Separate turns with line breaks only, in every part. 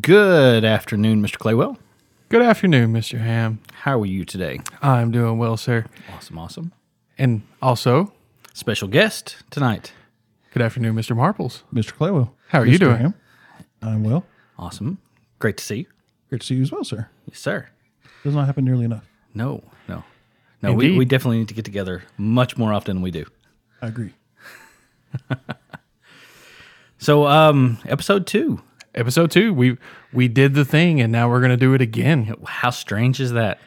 Good afternoon, Mr. Claywell.
Good afternoon, Mr. Ham.
How are you today?
I'm doing well, sir.
Awesome, awesome.
And also,
Special guest tonight.
good afternoon, Mr. Marples.
Mr. Claywell.
How are you
Mr.
doing?
Ham, I'm well.
Awesome. Great to see you.
Great to see you as well, sir.
Yes, sir.
Does not happen nearly enough.
No, no. No, we,
Indeed.
we definitely need to get together much more often than we do.
I agree.
So, um, episode two.
Episode two, we we did the thing, and now we're gonna do it again.
How strange is that?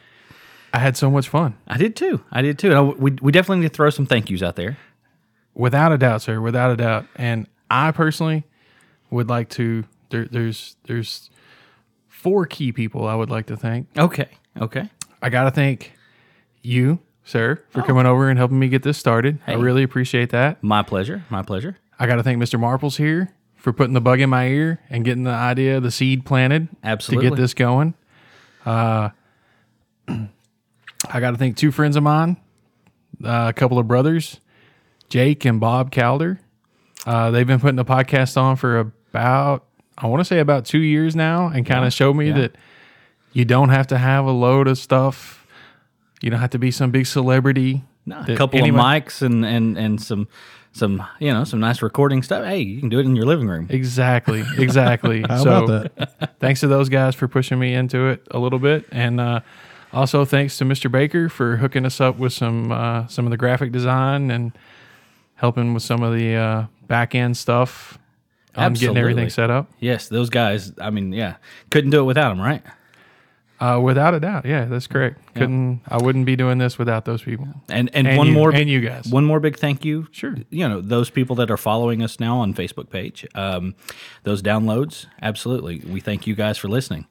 I had so much fun,
I did too. I did too. And I, we, we definitely need to throw some thank yous out there.
without a doubt, sir, without a doubt. And I personally would like to. There, there's there's four key people I would like to thank.
Okay. Okay.
I gotta thank you, sir, for coming over and helping me get this started. I really appreciate that.
My pleasure. My pleasure.
I gotta thank Mr. Marples here for putting the bug in my ear and getting the idea, the seed planted. to
Absolutely.
get this going. Uh, I got to thank two friends of mine, uh, a couple of brothers, Jake and Bob Calder. Uh, they've been putting the podcast on for about, I want to say about two years now, and kind of showed me that you don't have to have a load of stuff. You don't have to be some big celebrity.
No, a
that
couple
anyone-
of mics and, and, and some, some, you know, some nice recording stuff. Hey, you can do it in your living room.
Exactly, exactly.
How
so,
about that?
thanks to those guys for pushing me into it a little bit and uh, also thanks to mr baker for hooking us up with some uh, some of the graphic design and helping with some of the uh, back end stuff on getting
Absolutely.
everything set up
Yes, those guys. I mean, yeah, couldn't do it without them, right?
uh, without a doubt yeah that's correct couldn't i wouldn't be doing this without those people
And and,
And
one
you-
more
and you guys.
One more big thank you.
Sure.
You know those people that are following us now on Facebook page. Um, those downloads. Absolutely, we thank you guys for listening.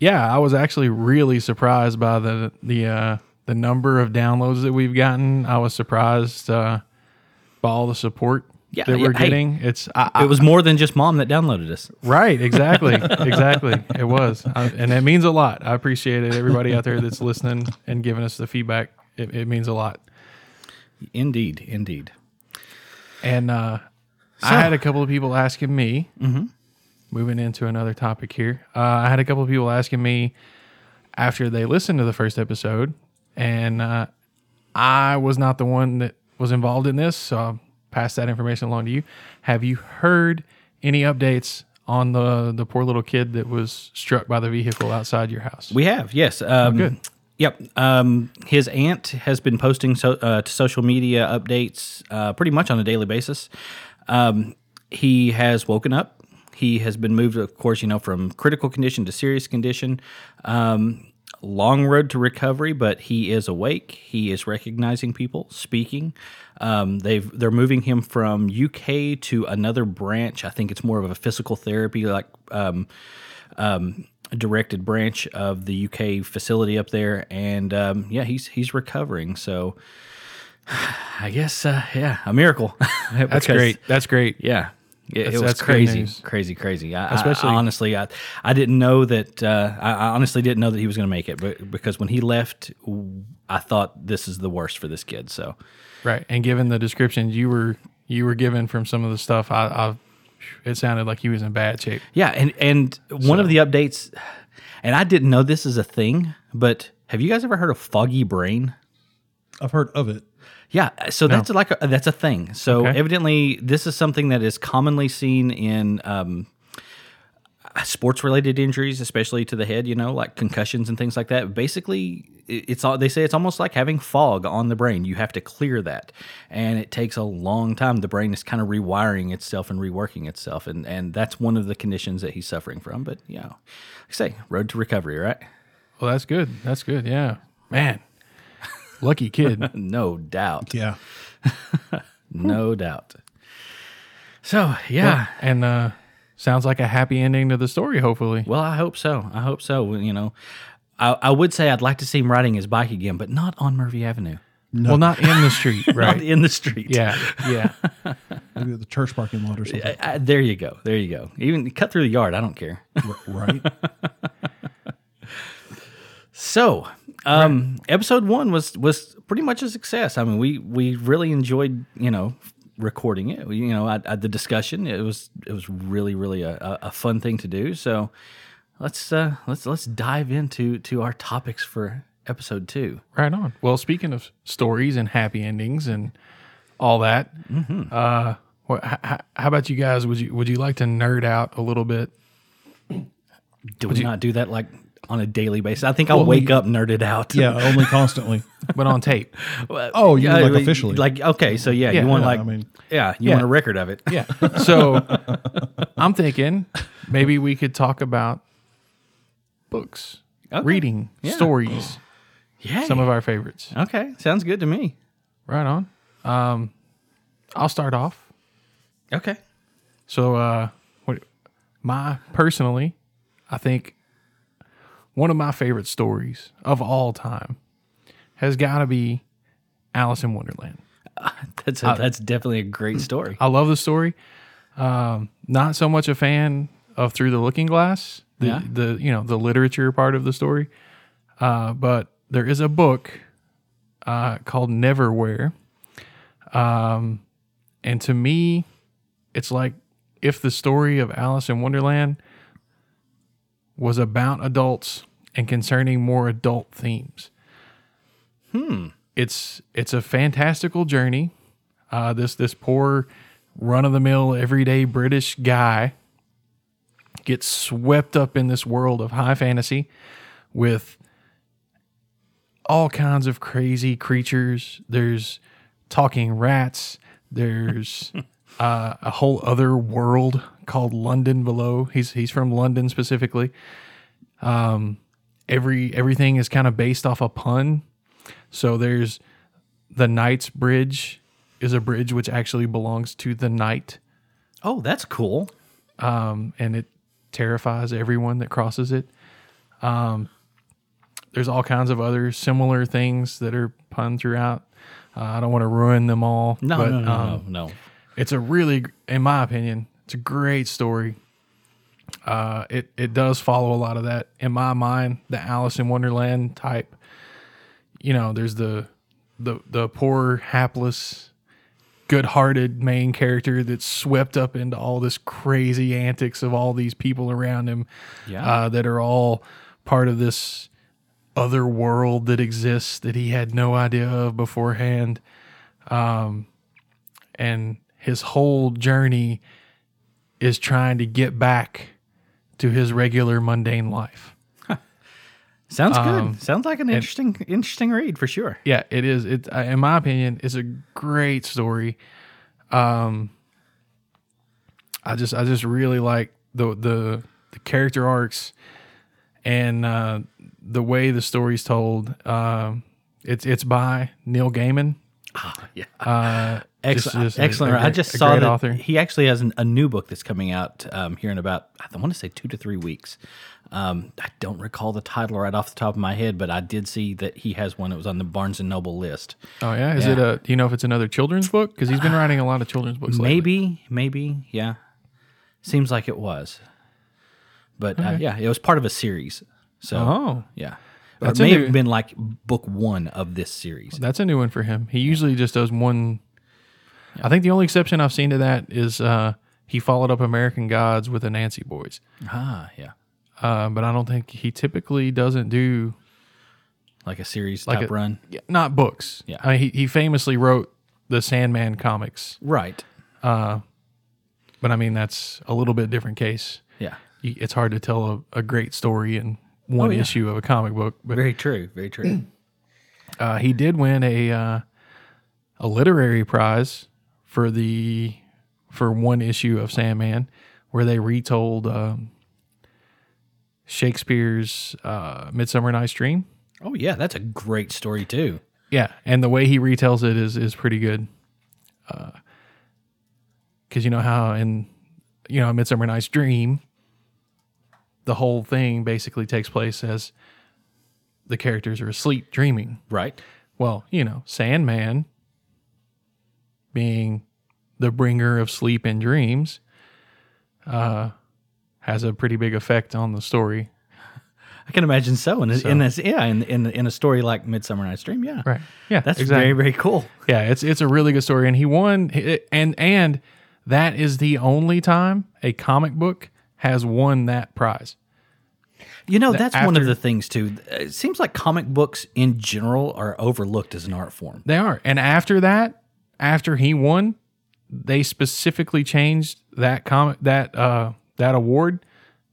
yeah i was actually really surprised by the the uh, the number of downloads that we've gotten i was surprised uh, by all the support
Yeah,
that
yeah,
we're
hey.
getting it's I, I,
It was more than just mom that downloaded us.
Right, exactly, exactly. It was, I, and that means a lot. I appreciate it, everybody out there that's listening and giving us the feedback. It, it means a lot.
Indeed, indeed.
And uh, I had a couple of people asking me. Moving into another topic here, uh, I had a couple of people asking me after they listened to the first episode, and uh, I was not the one that was involved in this, so I'll pass that information along to you. Have you heard any updates on the the poor little kid that was struck by the vehicle outside your house?
We have yes. Um,
good.
Yep. Um, his aunt has been posting so, uh, to social media updates uh, pretty much on a daily basis. Um, he has woken up. He has been moved, of course, you know, from critical condition to serious condition. Um, long road to recovery, but he is awake. He is recognizing people, speaking. Um, they've they're moving him from UK to another branch. I think it's more of a physical therapy, like um, um, directed branch of the UK facility up there, and um, yeah, he's he's recovering. So I guess uh, yeah, a miracle.
That's great. That's great.
Yeah. It, it
That's-
was
that's good
crazy,
news.
crazy, crazy. I, Especially,
Especially-
honestly, I, I didn't know that. Uh, I, I honestly didn't know that he was going to make it, but because when he left, w- I thought this is the worst for this kid. So,
Right. And given the descriptions you were you were given from some of the stuff, I, I it sounded like he was in bad shape.
yeah, and and one of the updates, and I didn't know this is a thing, but have you guys ever heard of foggy brain?
I've heard of it.
Yeah, so that's like a, that's a thing. So
Okay.
evidently, this is something that is commonly seen in um, sports related injuries, especially to the head. You know, like concussions and things like that. Basically, it- it's all they say. It's almost like having fog on the brain. You have to clear that, and it takes a long time. The brain is kind of rewiring itself and reworking itself, and and that's one of the conditions that he's suffering from. But you know, like I say, road to recovery, right?
Well, that's good. That's good. Yeah. Man. Lucky kid.
No doubt,
Yeah.
no doubt. So yeah.
and uh sounds like a happy ending to the story, hopefully.
Well, I hope so. I hope so. Well, You know, I, I would say I'd like to see him riding his bike again, but not on Murphy Avenue,
Well, not in the street,
not
right?
in the street.
yeah. Yeah.
Maybe at the church parking lot or something.
I, I, there you go. There you go. Even cut through the yard. I don't care.
R- right?
So, um, episode one was was pretty much a success. I mean, we we really enjoyed you know recording it. You know, I, I, the discussion it was it was really really a, a- a fun thing to do. So let's uh, let's let's dive into to our topics for episode two.
Right on. Well, speaking of stories and happy endings and all that,
Mm-hmm.
uh, what, h- h- how about you guys? Would you would you like to nerd out a little bit?
Do we not do that like on a daily basis? I think I'll wake up nerded out.
Yeah, only constantly.
But on tape.
Oh, you
Yeah,
mean like
like-
officially?
Like okay, so yeah,
Yeah,
you want
yeah,
like
I mean-
yeah, you want a record of it.
Yeah. So I'm thinking maybe we could talk about books,
Okay.
reading,
Yeah.
stories,
Yeah.
some of our favorites.
okay, sounds good to me.
Right on. Um, I'll start off.
Okay.
So, uh, what my personally, I think one of my favorite stories of all time has got to be Alice in Wonderland.
That's a, that's definitely a great story.
I love the story. Um, not so much a fan of Through the Looking Glass, the,
Yeah.
the you know the literature part of the story, uh, but there is a book uh, called Neverwhere, um, and to me, it's like if the story of Alice in Wonderland was about adults and concerning more adult themes. Hmm. It's it's a fantastical journey uh, this this poor run of the mill everyday British guy gets swept up in this world of high fantasy with all kinds of crazy creatures. There's talking rats. There's uh, a whole other world called London below. He's he's from London specifically. Um, every everything is kind of based off a pun. So there's the Knight's Bridge is a bridge which actually belongs to the knight,
Oh, that's cool.
um, and it terrifies everyone that crosses it. Um, there's all kinds of other similar things that are punned throughout. Uh, I don't want to ruin them all.
No,
but,
no, no,
um,
no, no.
it's a really in my opinion it's a great story uh it it does follow a lot of that in my mind the alice in wonderland type you know there's the the the poor hapless good-hearted main character that's swept up into all this crazy antics of all these people around him
Yeah.
uh, that are all part of this other world that exists that he had no idea of beforehand Um, and his whole journey is trying to get back to his regular mundane life.
Sounds good. Sounds like an interesting interesting read for sure.
Yeah, it is. It, uh, in my opinion, it's a great story. Um, I just, I just really like the the the character arcs and uh, the way the story's told. Um, it's it's by Neil Gaiman.
Yeah.
Uh,
Ex-
just- just a-
excellent.
a
I
great-
just
a
saw
great
that
author.
he actually has an, a new book that's coming out um, here in about I want to say two to three weeks. Um, I don't recall the title right off the top of my head, but I did see that he has one that was on the Barnes and Noble list.
Oh yeah, is it a? Do you know if it's another children's book? Because he's been writing a lot of children's books. lately.
Maybe, maybe, yeah. Seems like it was, but uh, yeah, it was part of a series. So
Oh.
yeah, Or
That's
it
a
may
new-
have been like book one of this series.
That's a new one for him. He usually just does one. I think the only exception I've seen to that is uh, he followed up American Gods with the Nancy Boys,
Ah, yeah,
uh, but I don't think he typically doesn't do
like a series
like
type
a-
run.
yeah, not books.
Yeah.
I mean, he he famously wrote the Sandman comics,
Right.
but I mean that's a little bit different case.
Yeah.
You- It's hard to tell a, a great story in one
Oh, yeah.
issue of a comic book, but
Very true. Very
Mm.
true.
Uh, he did win a uh, a literary prize for the for one issue of Sandman, where they retold um, Shakespeare's uh, Midsummer Night's Dream.
oh yeah, that's a great story too.
Yeah, and the way he retells it is is pretty good. Because you know how in you know Midsummer Night's Dream, the whole thing basically takes place as the characters are asleep dreaming.
Right.
Well, you know, Sandman being the bringer of sleep and dreams uh, has a pretty big effect on the story.
I can imagine so. And in this, yeah, in, in in a story like Midsummer Night's Dream, yeah,
Right. Yeah,
that's
exactly.
very very cool.
Yeah, it's it's a really good story, and he won. he- And and that is the only time a comic book has won that prize.
You know, that's one
after-
of the things too. It seems like comic books in general are overlooked as an art form.
They are. And after that, after he won, they specifically changed that comic that uh that award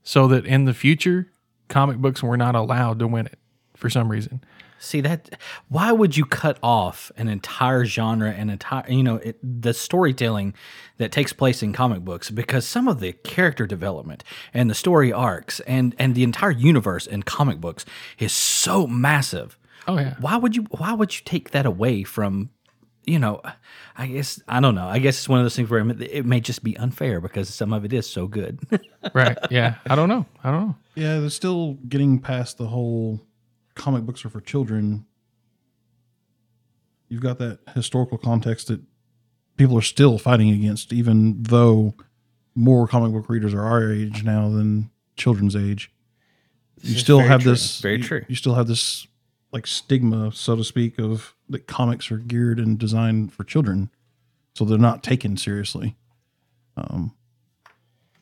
so that in the future comic books were not allowed to win it for some reason.
See that? Why would you cut off an entire genre, an entire you know it, the storytelling that takes place in comic books? Because some of the character development and the story arcs and and the entire universe in comic books is so massive.
Oh yeah.
Why would you? Why would you take that away from? You know, I guess I don't know. I guess it's one of those things where it may just be unfair because some of it is so good.
Right. Yeah. I don't know. I don't know.
Yeah, they're still getting past the whole comic books are for children. You've got that historical context that people are still fighting against, even though more comic book readers are our age now than children's age. You
is
still
very
have
true.
this
Very
you-
true.
You still have this like stigma, so to speak, of that comics are geared and designed for children, so they're not taken seriously. Um,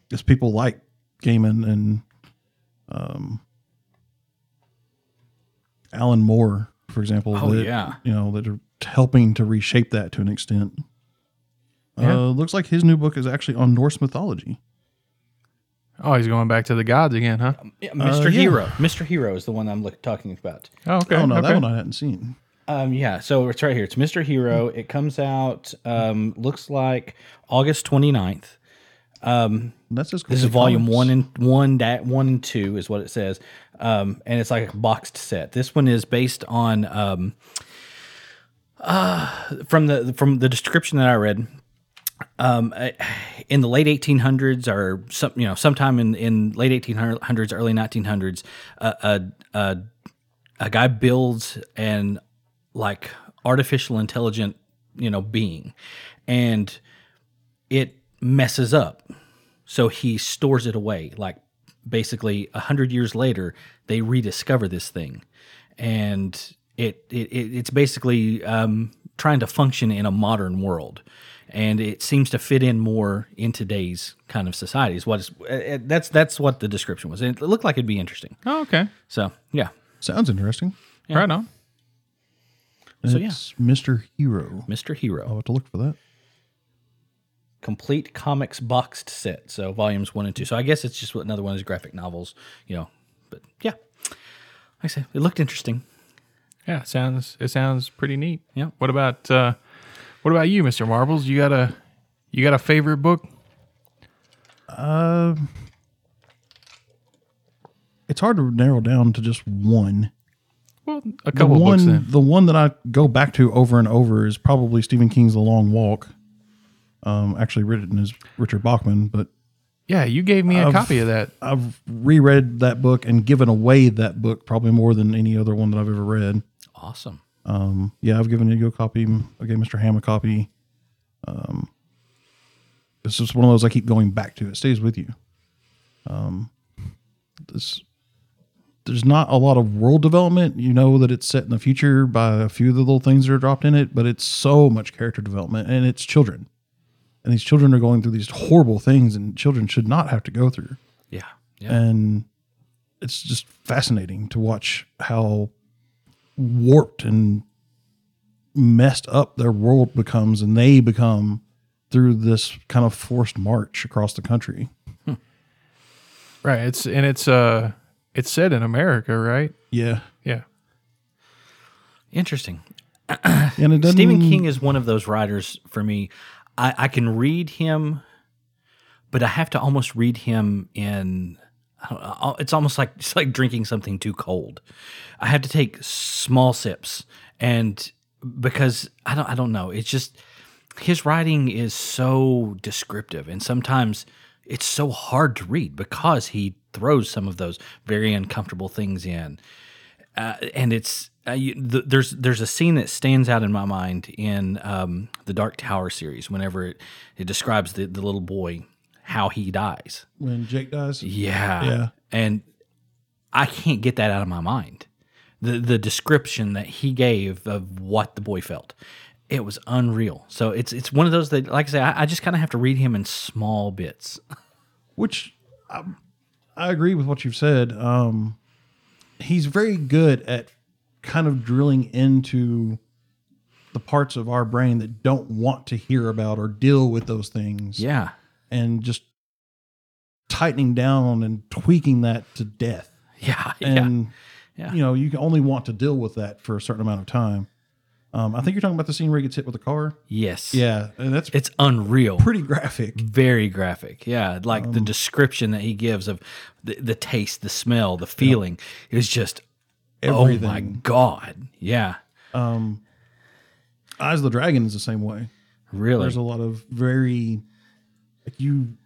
because people like Gaiman and um, Alan Moore, for example.
Oh,
that,
yeah.
you know that are helping to reshape that to an extent.
Yeah.
Uh, looks like his new book is actually on Norse mythology.
Oh, he's going back to the gods again, huh?
Yeah,
Uh,
Mr.
yeah.
Hero. Mr. Hero is the one I'm look, talking about.
Oh, okay.
oh no,
okay.
that one I hadn't seen.
Um, yeah, so it's right here. It's Mr. Hero. It comes out, um, looks like August 29th.
That's just
This is volume one and one that one and two is what it says, um, and it's like a boxed set. This one is based on um, uh, from the from the description that I read. Um, I- in the late 1800s, or some you know, sometime in in late 1800s, early 1900s, uh, a a a guy builds an like artificial intelligent you know being, and it messes up so he stores it away. Like basically a hundred years later, they rediscover this thing, and it, it, it it's basically um, trying to function in a modern world, and it seems to fit in more in today's kind of society. Is what is uh, uh, that's that's what the description was. And It looked like it'd be interesting.
Oh, okay.
So yeah,
sounds interesting.
Right on.
So, yeah.
it's Mr. Hero.
Mr. Hero,
I'll have to look for that.
complete comics boxed set. So volumes one and two. So I guess it's just what another one is graphic novels. You know, but yeah, like I say, it looked interesting.
Yeah, it sounds it sounds pretty neat.
Yeah.
What about uh, what about you, Mister Marbles? You got a you got a favorite book?
Uh, it's hard to narrow down to just one.
Well, a
the
couple of books
one
then.
the one that I go back to over and over is probably Stephen King's The Long Walk. Um, actually written as Richard Bachman, but
Yeah, you gave me a copy of that.
I've reread that book and given away that book probably more than any other one that I've ever read.
Awesome.
Um, yeah, I've given Ego a copy. I gave Mr. Ham a copy. Um, it's just one of those I keep going back to. It stays with you. Um, this, there's not a lot of world development. You know that it's set in the future by a few of the little things that are dropped in it, but it's so much character development and it's children. And these children are going through these horrible things, and children should not have to go through
Yeah. Yeah.
and it's just fascinating to watch how warped and messed up their world becomes and they become through this kind of forced march across the country.
Right. It's and it's uh it's set in America, right?
Yeah.
Yeah.
Interesting.
And it doesn't
Stephen King is one of those writers for me. I, I can read him, but I have to almost read him in. I don't know, it's almost like it's like drinking something too cold. I have to take small sips, and because I don't, I don't know. It's just his writing is so descriptive, and sometimes it's so hard to read because he throws some of those very uncomfortable things in and it's uh, you, th- there's there's a scene that stands out in my mind in um, the Dark Tower series. Whenever it, it describes the, the little boy how he dies,
when Jake dies.
yeah,
Yeah.
and I can't get that out of my mind. The the description that he gave of what the boy felt, it was unreal. So it's it's one of those that, like I say, I, I just kind of have to read him in small bits.
which I, I agree with what you've said. Um, he's very good at kind of drilling into the parts of our brain that don't want to hear about or deal with those things,
Yeah,
and just tightening down and tweaking that to death.
yeah, yeah.
And
Yeah.
you know, you can only want to deal with that for a certain amount of time. Um, I think you're talking about the scene where he gets hit with a car.
Yes.
Yeah, and that's
It's unreal.
pretty graphic.
very graphic yeah like the description that he gives of the, the taste the smell the feeling is just oh my
Everything.
god yeah
Um, Eyes of the Dragon is the same way.
really
there's a lot of very like you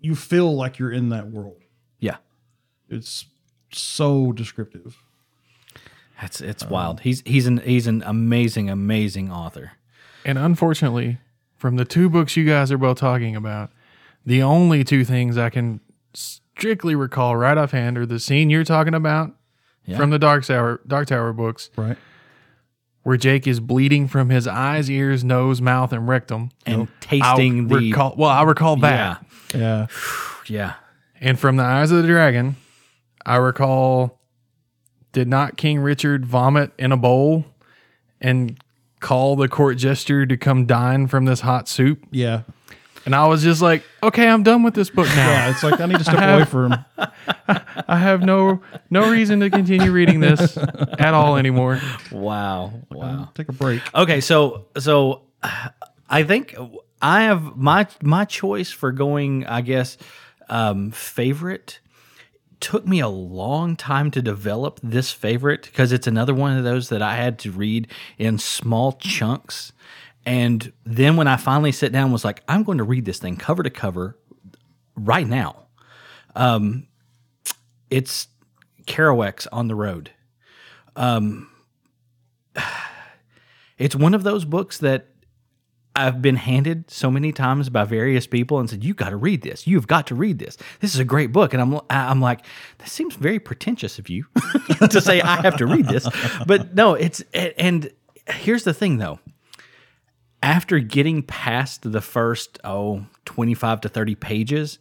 you feel like you're in that world
yeah
it's so descriptive
that's it's wild he's he's an he's an amazing amazing author
And unfortunately, from the two books you guys are both talking about, the only two things I can strictly recall right offhand are the scene you're talking about
Yeah.
from the Dark Tower, Dark Tower books,
right
where Jake is bleeding from his eyes, ears, nose, mouth, and rectum.
and tasting
I
the
recall, well, I recall
yeah
that.
yeah
yeah
And from the eyes of the dragon, I recall did not King Richard vomit in a bowl and call the court jester to come dine from this hot soup?
yeah
And I was just like, okay, I'm done with this book now.
yeah it's like i need to step away from
I have no no reason to continue reading this at all anymore.
wow wow
take a break
okay so so i think i have my my choice for going i guess um favorite took me a long time to develop this favorite because it's another one of those that i had to read in small chunks and then when i finally sat down and was like i'm going to read this thing cover to cover right now um it's Kerouac's on the road it's one of those books that I've been handed so many times by various people and said, "You got to read this. You've got to read this. This is a great book." And I'm I'm like, that seems very pretentious of you to say I have to read this, but no, it's and here's the thing though. After getting past the first oh 25 to 30 pages,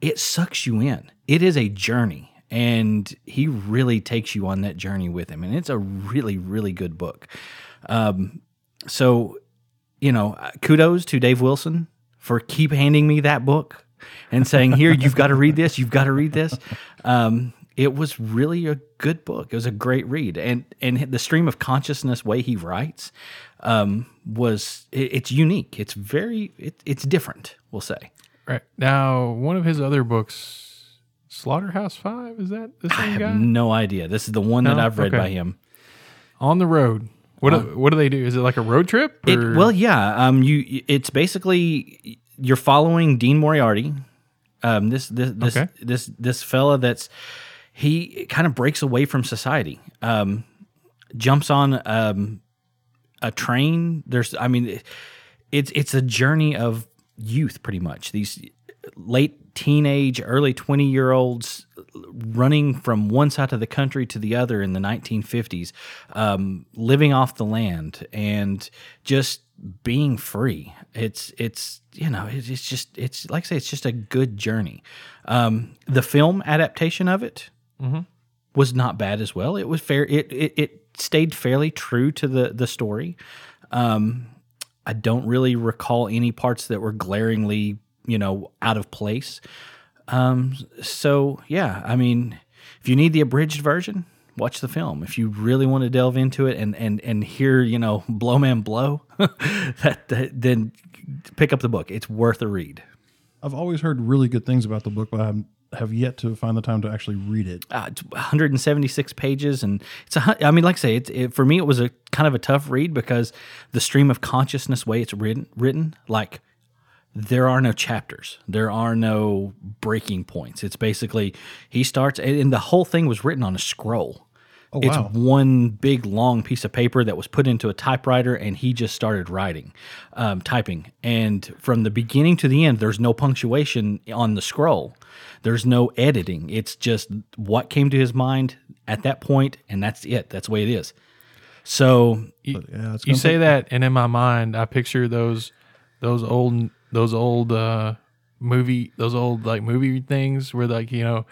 it sucks you in. It is a journey, and he really takes you on that journey with him. And it's a really, really good book. Um, so, you know, uh, kudos to Dave Wilson for keep handing me that book and saying, "Here, you've got to read this. You've got to read this." Um, it was really a good book. It was a great read, and and the stream of consciousness way he writes um, was it, it's unique. It's very it, it's different. We'll say.
Right. Now, one of his other books, Slaughterhouse Five, is that the
I
same
have
guy?
no idea. This is the one that
No?
I've read
Okay.
by him.
On the road. What do, what do they do? Is it like a road trip?
Uh, It,
or-
well, yeah. Um, you. It's basically you're following Dean Moriarty. Um, this this this
Okay.
this this fella that's he kind of breaks away from society. Um, jumps on um a train. There's, I mean, it's it's a journey of youth, pretty much. These late teenage, early twenty year olds running from one side of the country to the other in the 1950s, um, living off the land and just being free. It's it's you know it's, it's just it's like I say it's just a good journey. Um, the film adaptation of it was not bad as well. It was fair. It it, it stayed fairly true to the the story. Um, I don't really recall any parts that were glaringly you know out of place. Um, so yeah, I mean, if you need the abridged version, watch the film. If you really want to delve into it and and and hear you know blow man blow, that, that then pick up the book. It's worth a read.
i've always heard really good things about the book but i have yet to find the time to actually read it
uh, it's 176 pages and it's a hun- I mean like I say it's it, for me it was a kind of a tough read because the stream of consciousness way it's written written like there are no chapters there are no breaking points it's basically he starts and, and the whole thing was written on a scroll
Oh,
It's
wow.
one big long piece of paper that was put into a typewriter, and he just started writing, um, typing. And from the beginning to the end, there's no punctuation on the scroll. There's no editing. It's just what came to his mind at that point, and that's it. That's the way it is. So
You,
yeah, it's
you
gonna
say
take-
that, and in my mind, I picture those those old those old uh, movie those old like movie things where like you know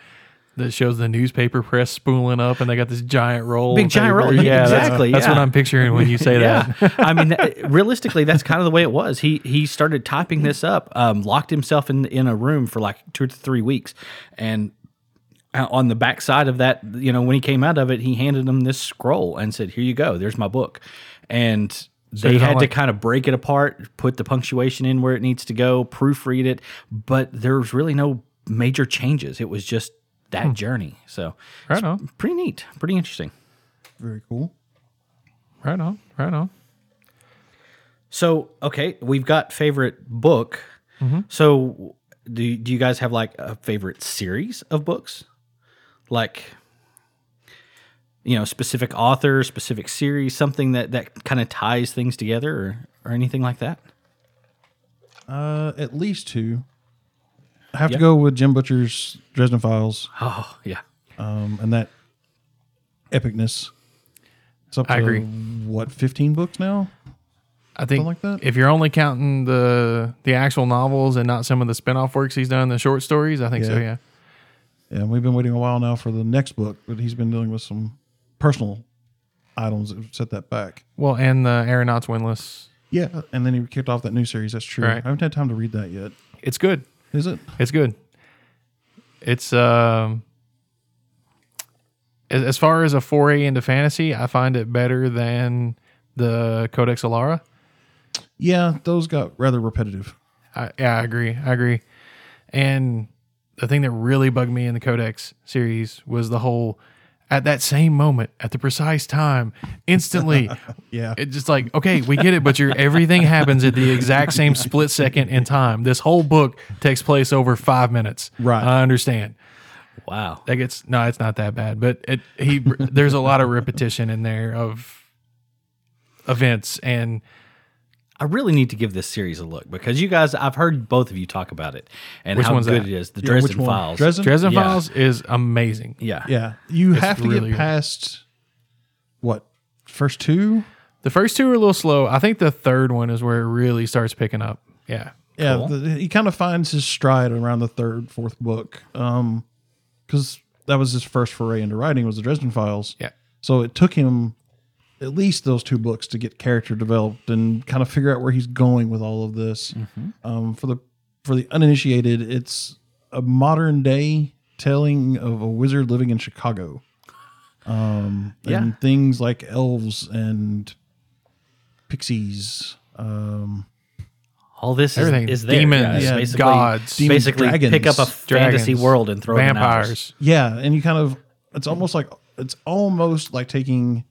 that shows the newspaper press spooling up, and they got this giant roll,
Big
of
giant
paper.
roll,
Yeah, that's-
exactly,
That's, what
yeah.
I'm picturing when you say that.
yeah. I mean, that- realistically, that's kind of the way it was. He he started typing this up, um, locked himself in in a room for like two to three weeks, and uh, on the back side of that, you know, when he came out of it, he handed him this scroll and said, "Here you go. There's my book," and. they
it's not
had
like-
to kind of break it apart, put the punctuation in where it needs to go, proofread it, but there was really no major changes. It was just that journey. So,
Hmm. Right on,
pretty neat, pretty interesting.
Very cool.
right on, right on.
So okay, we've got favorite book. So do do you guys have like a favorite series of books, like you know specific author, specific series, something that that kind of ties things together, or or anything like that?
Uh, at least two. I have
Yeah.
to go with Jim Butcher's Dresden Files,
Oh yeah,
um, and that epicness. It's up to
I agree.
what fifteen books now?
I think
like that?
if you're only counting the the actual novels and not some of the spin-off works he's done, the short stories, I think so.
Yeah.
Yeah,
Yeah, and we've been waiting a while now for the next book, but he's been dealing with some personal items that have set that back.
well, and the Aeronauts Windless,
Yeah, and then he kicked off that new series. That's true.
Right.
I haven't had time to read that yet.
it's good.
Is it?
It's good. It's um as, as far as a foray into fantasy, I find it better than the Codex Alara.
Yeah, those got rather repetitive.
I, yeah, I agree. I agree. And the thing that really bugged me in the Codex series was the whole at that same moment, at the precise time, instantly.
Yeah.
It's just like, okay, we get it, but your everything happens at the exact same split second in time. This whole book takes place over five minutes.
Right.
I understand.
wow.
that gets no it's not that bad but it he there's a lot of repetition in there of events and
I really need to give this series a look because you guys, I've heard both of you talk about it and
Which
how
one's
good
that?
it is. The
Yeah, which
Dresden
one?
Files.
Dresden?
Dresden
Yeah.
Files is amazing
Yeah.
Yeah, you have to
really
get
good.
past what first two.
the first two are a little slow i think the third one is where it really starts picking up yeah
Yeah, the, he kind of finds his stride around the third, fourth book, Um 'cause because that was his first foray into writing was the Dresden Files.
yeah
So it took him at least those two books to get character developed and kind of figure out where he's going with all of this. Um, for the for the uninitiated, it's a modern day telling of a wizard living in Chicago. Um,
Yeah.
and things like elves and pixies, um,
All this is,
Everything.
is there.
Demons,
guys.
yeah,
basically,
gods,
Demons, basically
dragons,
pick up a fantasy
dragons,
world and throw it in ours.
vampires
Yeah, and you kind of it's almost like it's almost like taking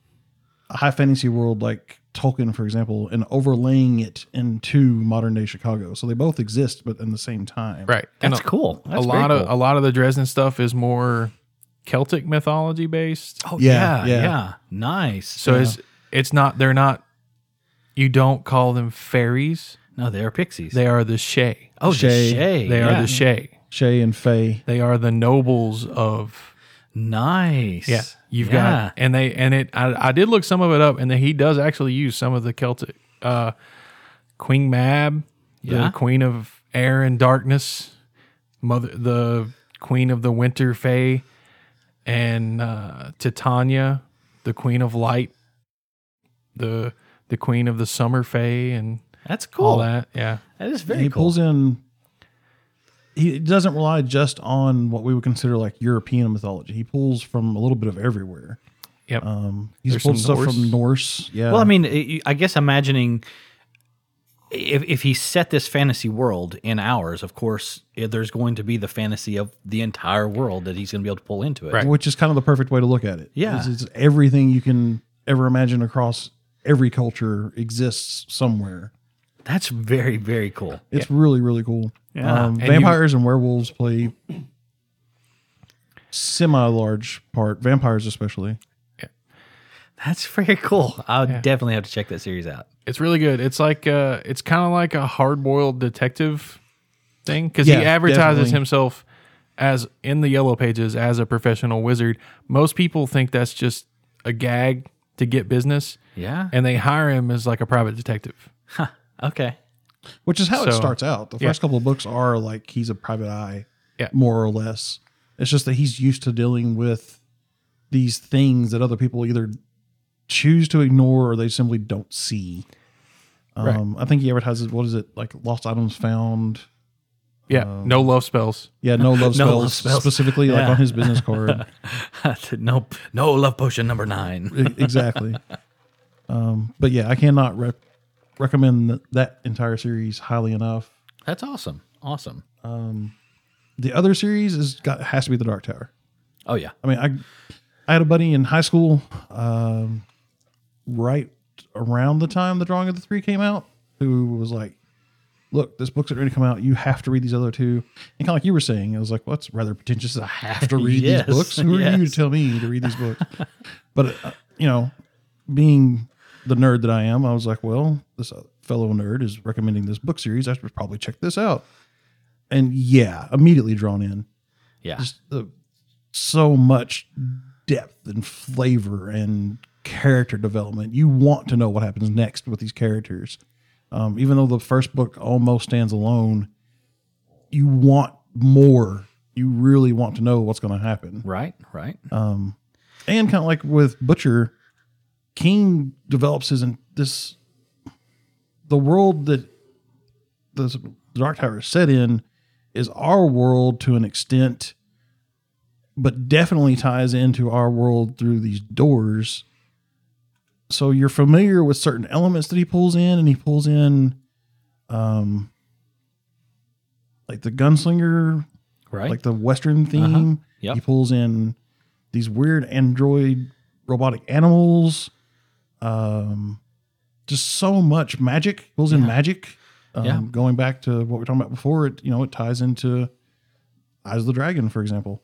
a high fantasy world like Tolkien, for example, and overlaying it into modern day Chicago. So they both exist, but in the same time.
right And
That's
a-
cool. That's
a
very
lot of
cool.
a lot of the dresden stuff is more celtic mythology based
oh
Yeah, yeah.
nice.
so it's it's not they're not you don't call them fairies
No, they are pixies.
they are the shay
oh,
Shay.
the Shay.
they
yeah.
are the shay
Shay and Faye.
They are the nobles of
nice.
yeah. You've
Yeah.
got and they and it. I, I did look some of it up, and then he does actually use some of the Celtic uh, Queen Mab,
Yeah.
the Queen of Air and Darkness, Mother, the Queen of the Winter Fae, and uh, Titania, the Queen of Light, the the Queen of the Summer Fae, and
That's cool.
all that. Yeah,
that is very
he
cool.
pulls in he doesn't rely just on what we would consider like European mythology. He pulls from a little bit of everywhere.
yep.
Um, he's
There's
pulled
some
stuff
Norse.
from Norse. Yeah.
uh,
Well, I mean, I- I guess imagining if, if he set this fantasy world in ours, of course, eh, there's going to be the fantasy of the entire world that he's going to be able to pull into it.
Right.
which is kind of the perfect way to look at it.
Yeah.
it's, it's everything you can ever imagine across every culture exists somewhere.
That's very, very cool.
It's really really cool.
Yeah.
Um,
And you-
vampires and werewolves play semi large part. Vampires especially.
That's very cool. I'll definitely have to check that series out.
It's really good. It's like uh it's kind of like a hard-boiled detective thing cuz
Yeah,
he advertises
definitely.
himself as in the yellow pages as a professional wizard. Most people think that's just a gag to get business
Yeah.
and they hire him as like a private detective.
Okay.
which is how it
So-
starts out. The
yeah.
first couple of books are like he's a private eye,
Yeah.
more or less. It's just that he's used to dealing with these things that other people either choose to ignore or they simply don't see. Um, I think he advertises what is it like lost items found.
Yeah,
Oh.
no love spells.
Yeah, no love spells,
love spells.
specifically like
Yeah.
on his business card.
no, no love potion number nine.
E- exactly. Um, but yeah, I cannot rec recommend th- that entire series highly enough.
That's awesome. Awesome.
The other series is got has to be the Dark Tower.
Oh yeah.
I mean, I I had a buddy in high school, um, right around the time the drawing of the three came out, who was like, "Look, this book's ready to come out. You have to read these other two. And kind of like you were saying, it was like, "What's rather pretentious? I have to read
Yes,
these books. Who are you
yes.
to tell me to read these books?" but uh, you know, being the nerd that I am, I was like, "Well, this uh, fellow nerd is recommending this book series. I should probably check this out." And yeah, immediately drawn in
Yeah.
just the, so much depth and flavor and character development. You want to know what happens next with these characters. Um, even though the first book almost stands alone, you want more. You really want to know what's going to happen.
right. Right.
Um, and kind of like with Butcher, King develops his in this the world that the Dark Tower is set in is our world to an extent, but definitely ties into our world through these doors. So you're familiar with certain elements that he pulls in, and he pulls in, um, like the gunslinger
right. Uh-huh.
like the Western theme.
Yep.
He pulls in these weird android robotic animals. Um, just so much magic. Pulls in magic. Um,
Yeah.
Going back to what we were talking about before, it you know it ties into Eyes of the Dragon, for example.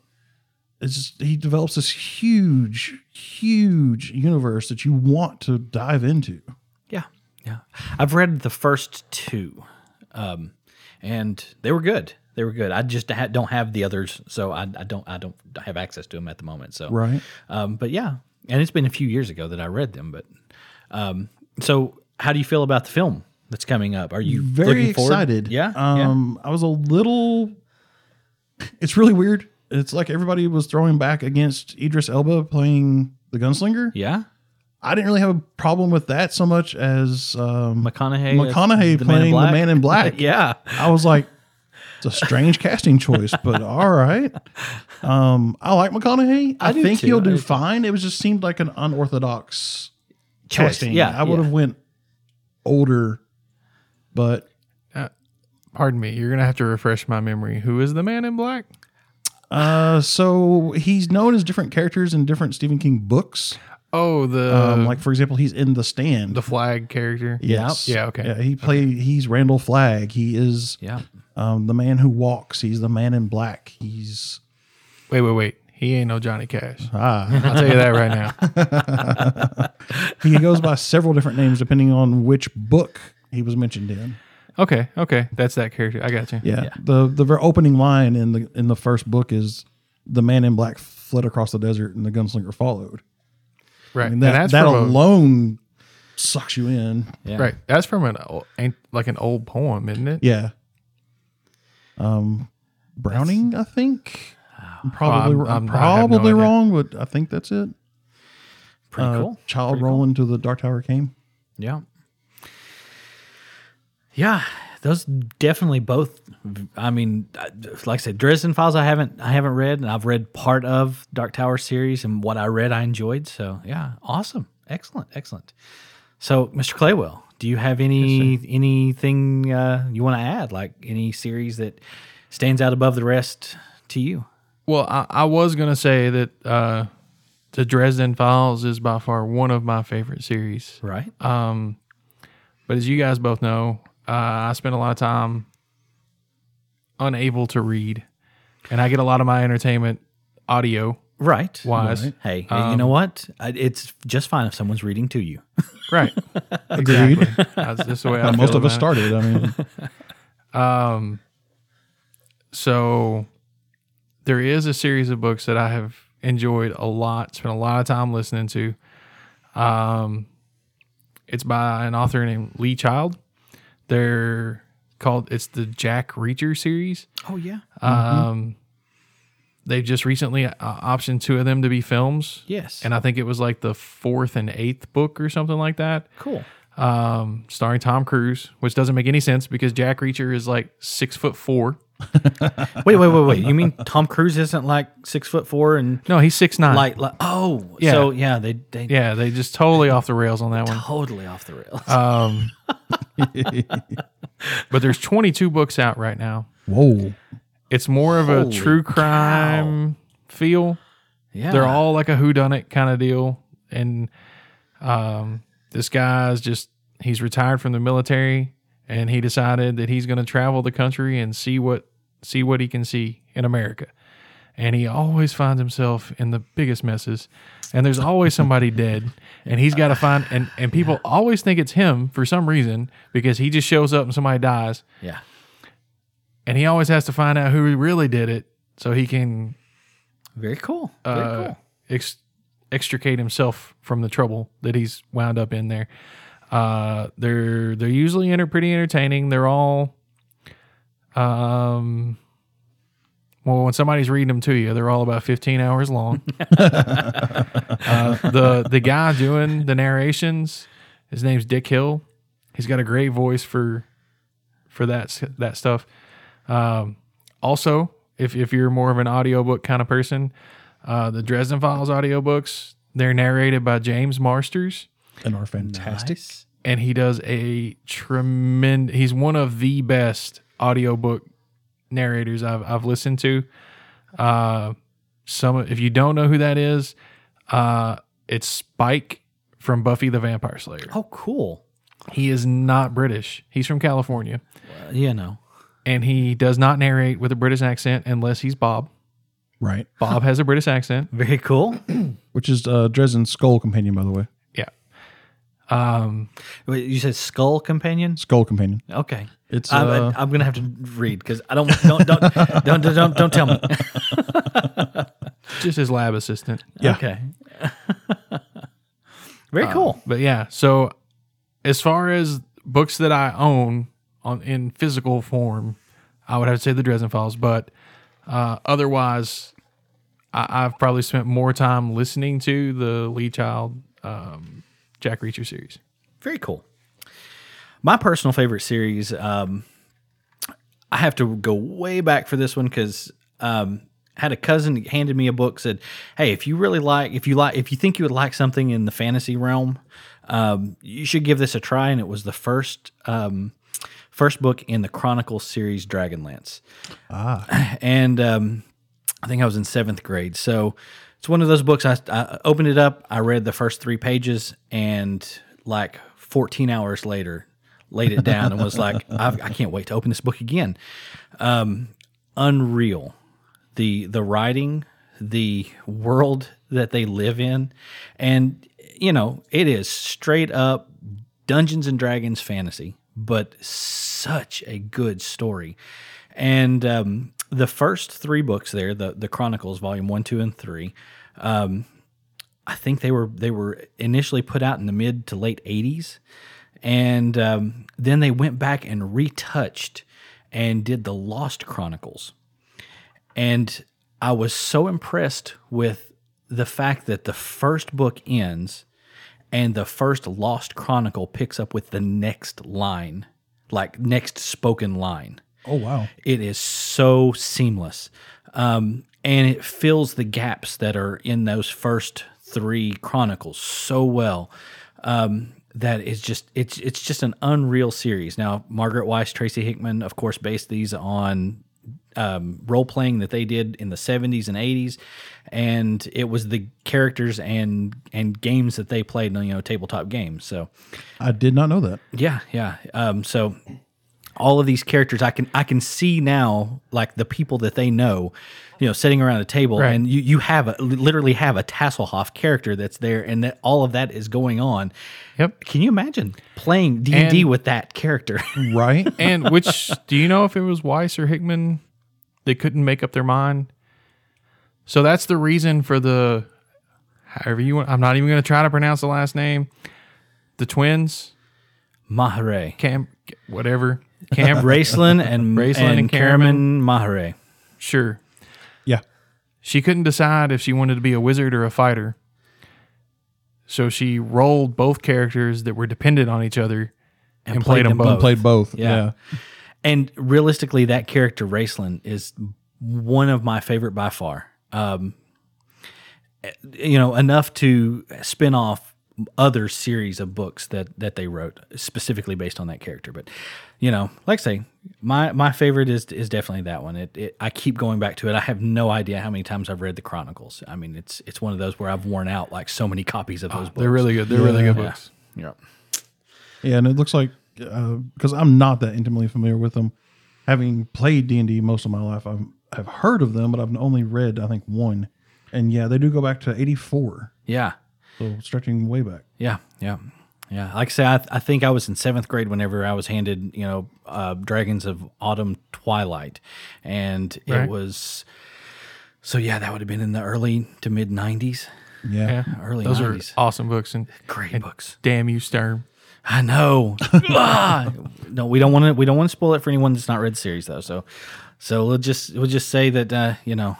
It's just, he develops this huge, huge universe that you want to dive into.
yeah. Yeah. I've read the first two, um, and they were good. They were good. I just ha- don't have the others, so I, I don't. I don't have access to them at the moment. So
Right.
Um, but yeah, and it's been a few years ago that I read them. But um, so, how do you feel about the film that's coming up? Are you
very
looking forward?
excited.
Yeah, yeah.
Um, I was a little. It's really weird. It's like everybody was throwing back against Idris Elba playing the gunslinger.
yeah.
I didn't really have a problem with that so much as um,
McConaughey. as
McConaughey
the Man in
playing the
Black?
man in black.
yeah.
I was like, it's a strange casting choice, but all right. Um, I like McConaughey. I,
do
think
too.
he'll do
I-
fine. It was just seemed like an unorthodox
Choice.
casting.
Yeah,
I would
yeah.
have went older, but
Pardon me, you're going to have to refresh my memory. Who is the man in black?
Uh, so he's known as different characters in different Stephen King books.
Oh, the
Um, like for example, he's in The Stand.
the flag character.
yes.
Yeah, okay.
Yeah, he play. He's Randall Flagg. He is
Yeah.
um, the man who walks. He's the man in black. He's
Wait, wait, wait. He ain't no Johnny Cash.
ah.
I'll tell you that right now.
he goes by several different names depending on which book he was mentioned in.
Okay, okay. That's that character. I got you.
Yeah. The the very opening line in the in the first book is the man in black fled across the desert and the gunslinger followed.
Right.
I mean
And
that
that's
that
from a-
alone sucks you in.
Yeah.
Right. That's from an old, ain't- like an old poem, isn't it?
Yeah. Um, Browning, I think. I'm probably
Oh, I'm- I'm-
I'm,
I have no
probably
idea.
wrong, but I think that's it.
Pretty
Uh,
cool.
Child rolling to the Dark Tower came.
Yeah. Yeah, those definitely both. I mean, I- like I said, Dresden Files. I haven't, I haven't read, and I've read part of Dark Tower series, and what I read, I enjoyed. So, yeah, awesome, excellent, excellent. So, Mr. Claywell, do you have any anything uh, you want to add? Like any series that stands out above the rest to you?
Well, I, I was going to say that uh, the Dresden Files is by far one of my favorite series.
Right?
But as you guys both know, uh, I spend a lot of time unable to read, and I get a lot of my entertainment audio
Right.
wise.
Right.
Hey, you know what? I- It's just fine if someone's reading to you.
Right.
Agreed.
That's, that's the way I
Most
feel
of us
about
started. I mean,
it. So there is a series of books that I have enjoyed a lot, spent a lot of time listening to. Um, it's by an author named Lee Child. They're called it's the Jack Reacher series.
Oh yeah.
Mm-hmm. They've just recently uh, optioned two of them to be films.
yes.
And I think it was like the fourth and eighth book or something like that.
cool.
um, starring Tom Cruise, which doesn't make any sense because Jack Reacher is like six foot four.
Wait, wait, wait, wait. You mean Tom Cruise isn't like six foot four and
No, he's six nine.
like, like oh yeah. so yeah they they
yeah, they just totally off the rails on that one.
totally off the rails.
Um, but there's 22 books out right now.
whoa.
It's more of a
Holy
true crime feel.
yeah.
They're all like a whodunit kind of deal, and um, this guy's just he's retired from the military, and he decided that he's going to travel the country and see what see what he can see in America. And he always finds himself in the biggest messes, and there's always somebody dead, and he's got to find and and people always think it's him for some reason because he just shows up and somebody dies,
yeah.
and he always has to find out who really did it so he can
Very cool. Very
uh,
cool.
ex- extricate himself from the trouble that he's wound up in there. Uh, they're they're usually enter- pretty entertaining. They're all, um, well, when somebody's reading them to you, they're all about fifteen hours long. uh, the the guy doing the narrations, his name's Dick Hill. He's got a great voice for for that s- that stuff. Um, also, if if you're more of an audiobook kind of person, uh, the Dresden Files audiobooks, they're narrated by James Marsters,
And are fantastic.
Nice.
and he does a tremendous. He's one of the best audiobook narrators I've I've listened to. Uh, some if you don't know who that is, uh, it's Spike from Buffy the Vampire Slayer.
Oh cool.
He is not British. He's from California,
Uh, you know.
and he does not narrate with a British accent unless he's Bob.
Right.
Bob has a British accent.
Very cool.
Which is uh, Dresden's Skull Companion, by the way.
Yeah. Um,
Wait, you said skull companion?
Skull Companion.
Okay.
It's,
I'm,
uh,
I'm gonna have to read because I don't don't don't don't don't don't, don't tell me.
just his lab assistant.
Yeah.
Okay. Very cool.
But yeah, so as far as books that I own on in physical form, I would have to say the Dresden Files. But uh, otherwise, I, I've probably spent more time listening to the Lee Child um, Jack Reacher series.
Very cool. My personal favorite series. Um, I have to go way back for this one because um, I had a cousin that handed me a book said, "Hey, if you really like, if you like, if you think you would like something in the fantasy realm, um, you should give this a try." And it was the first um, first book in the Chronicle series, Dragonlance. Ah, and um, I think I was in seventh grade. So it's one of those books. I, I opened it up, I read the first three pages, and like 14 hours later, laid it down and was like, I've, I can't wait to open this book again. Um, unreal, the the writing, the world that they live in, and you know it is straight up Dungeons and Dragons fantasy, but such a good story. And um, the first three books there, the the Chronicles, Volume One, Two, and Three, um, I think they were they were initially put out in the mid to late '80s, and um, then they went back and retouched and did the Lost Chronicles, and I was so impressed with the fact that the first book ends and the first Lost Chronicle picks up with the next line, like next spoken line.
oh, wow.
It is so seamless. Um, and it fills the gaps that are in those first three chronicles so well. Um, that is just it's it's just an unreal series. Now, Margaret Weiss, Tracy Hickman, of course, based these on um, role playing that they did in the 70s and 80s, and it was the characters and and games that they played, you know, tabletop games. So,
I did not know that.
yeah, yeah. Um, so all of these characters i can i can see now like the people that they know you know sitting around a table
Right.
and you you have a, literally have a tasselhoff character that's there and that all of that is going on
Yep.
can you imagine playing d&d
And-
with that character
right?
And which do you know if it was Weiss or Hickman? They couldn't make up their mind. So that's the reason for the however you want. I'm not even going to try to pronounce the last name. The twins,
mahare
Cam, whatever, Cam,
Raceland and
Raceland and
Karaman Mahare.
sure.
yeah.
She couldn't decide if she wanted to be a wizard or a fighter. So she rolled both characters that were dependent on each other and, played, them both.
Played both.
Yeah.
Yeah.
And realistically, that character Raceland is one of my favorite by far. Um, you know, enough to spin off other series of books that that they wrote specifically based on that character. But you know, like I say, my my favorite is is definitely that one. It, it I keep going back to it. I have no idea how many times I've read the Chronicles. I mean, it's it's one of those where I've worn out like so many copies of those books.
They're really good. They're really good books.
yeah.
Yeah, and it looks like because I'm not that intimately familiar with them, having played D and D most of my life, I've I've heard of them, but I've only read I think one, and yeah, they do go back to '84,
Yeah.
so stretching way back.
Yeah, yeah, yeah. Like I say, I, I think I was in seventh grade whenever I was handed, you know, uh, Dragons of Autumn Twilight, and
Right.
it was. So yeah, that would have been in the early to mid '90s,
Yeah,
Yeah,
early
those
'90s.
are awesome books. And
Great books.
damn you, Stern.
I know. Ah! no, we don't want to. We don't want to spoil it for anyone that's not read the series though. So, so we'll just we'll just say that uh, you know,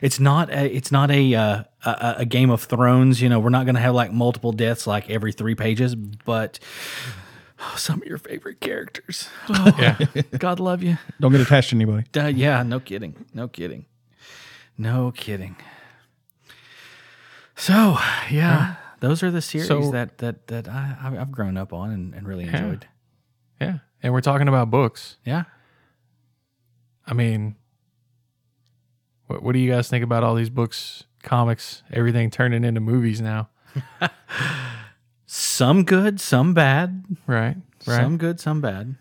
it's not a, it's not a, uh, a- a a Game of Thrones. You know, we're not going to have like multiple deaths like every three pages, but. oh, some of your favorite characters. Oh,
Yeah,
God love you.
don't get attached to anybody.
Uh, yeah, no kidding. No kidding. No kidding. So, yeah, those are the series
So-
that that that I I've- I've grown up on and, and really enjoyed.
yeah. And we're talking about books.
Yeah.
I mean, what, what do you guys think about all these books, comics, everything turning into movies now?
Some good, some bad.
Right, right.
Some good, some bad.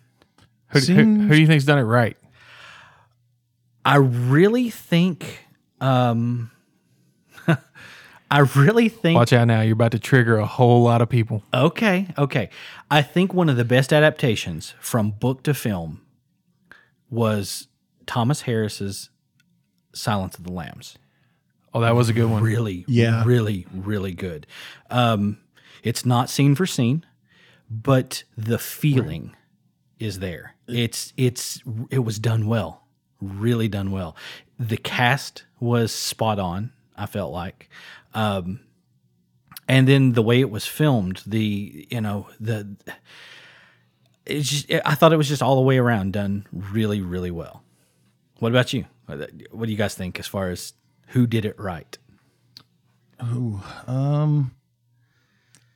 who, who-
Seems-
who do you think's done it right?
I really think um I really think
Watch out now. You're about to trigger a whole lot of people.
Okay, okay. I think one of the best adaptations from book to film was Thomas Harris's Silence of the Lambs.
Oh, that was a good one.
Really,
Yeah.
really, really good. Um, it's not scene for scene, but the feeling is there. It's it's it was done well, really done well. The cast was spot on. I felt like, um, and then the way it was filmed, the you know the it's just I thought it was just all the way around done really really well. What about you? What do you guys think as far as who did it right?
Um,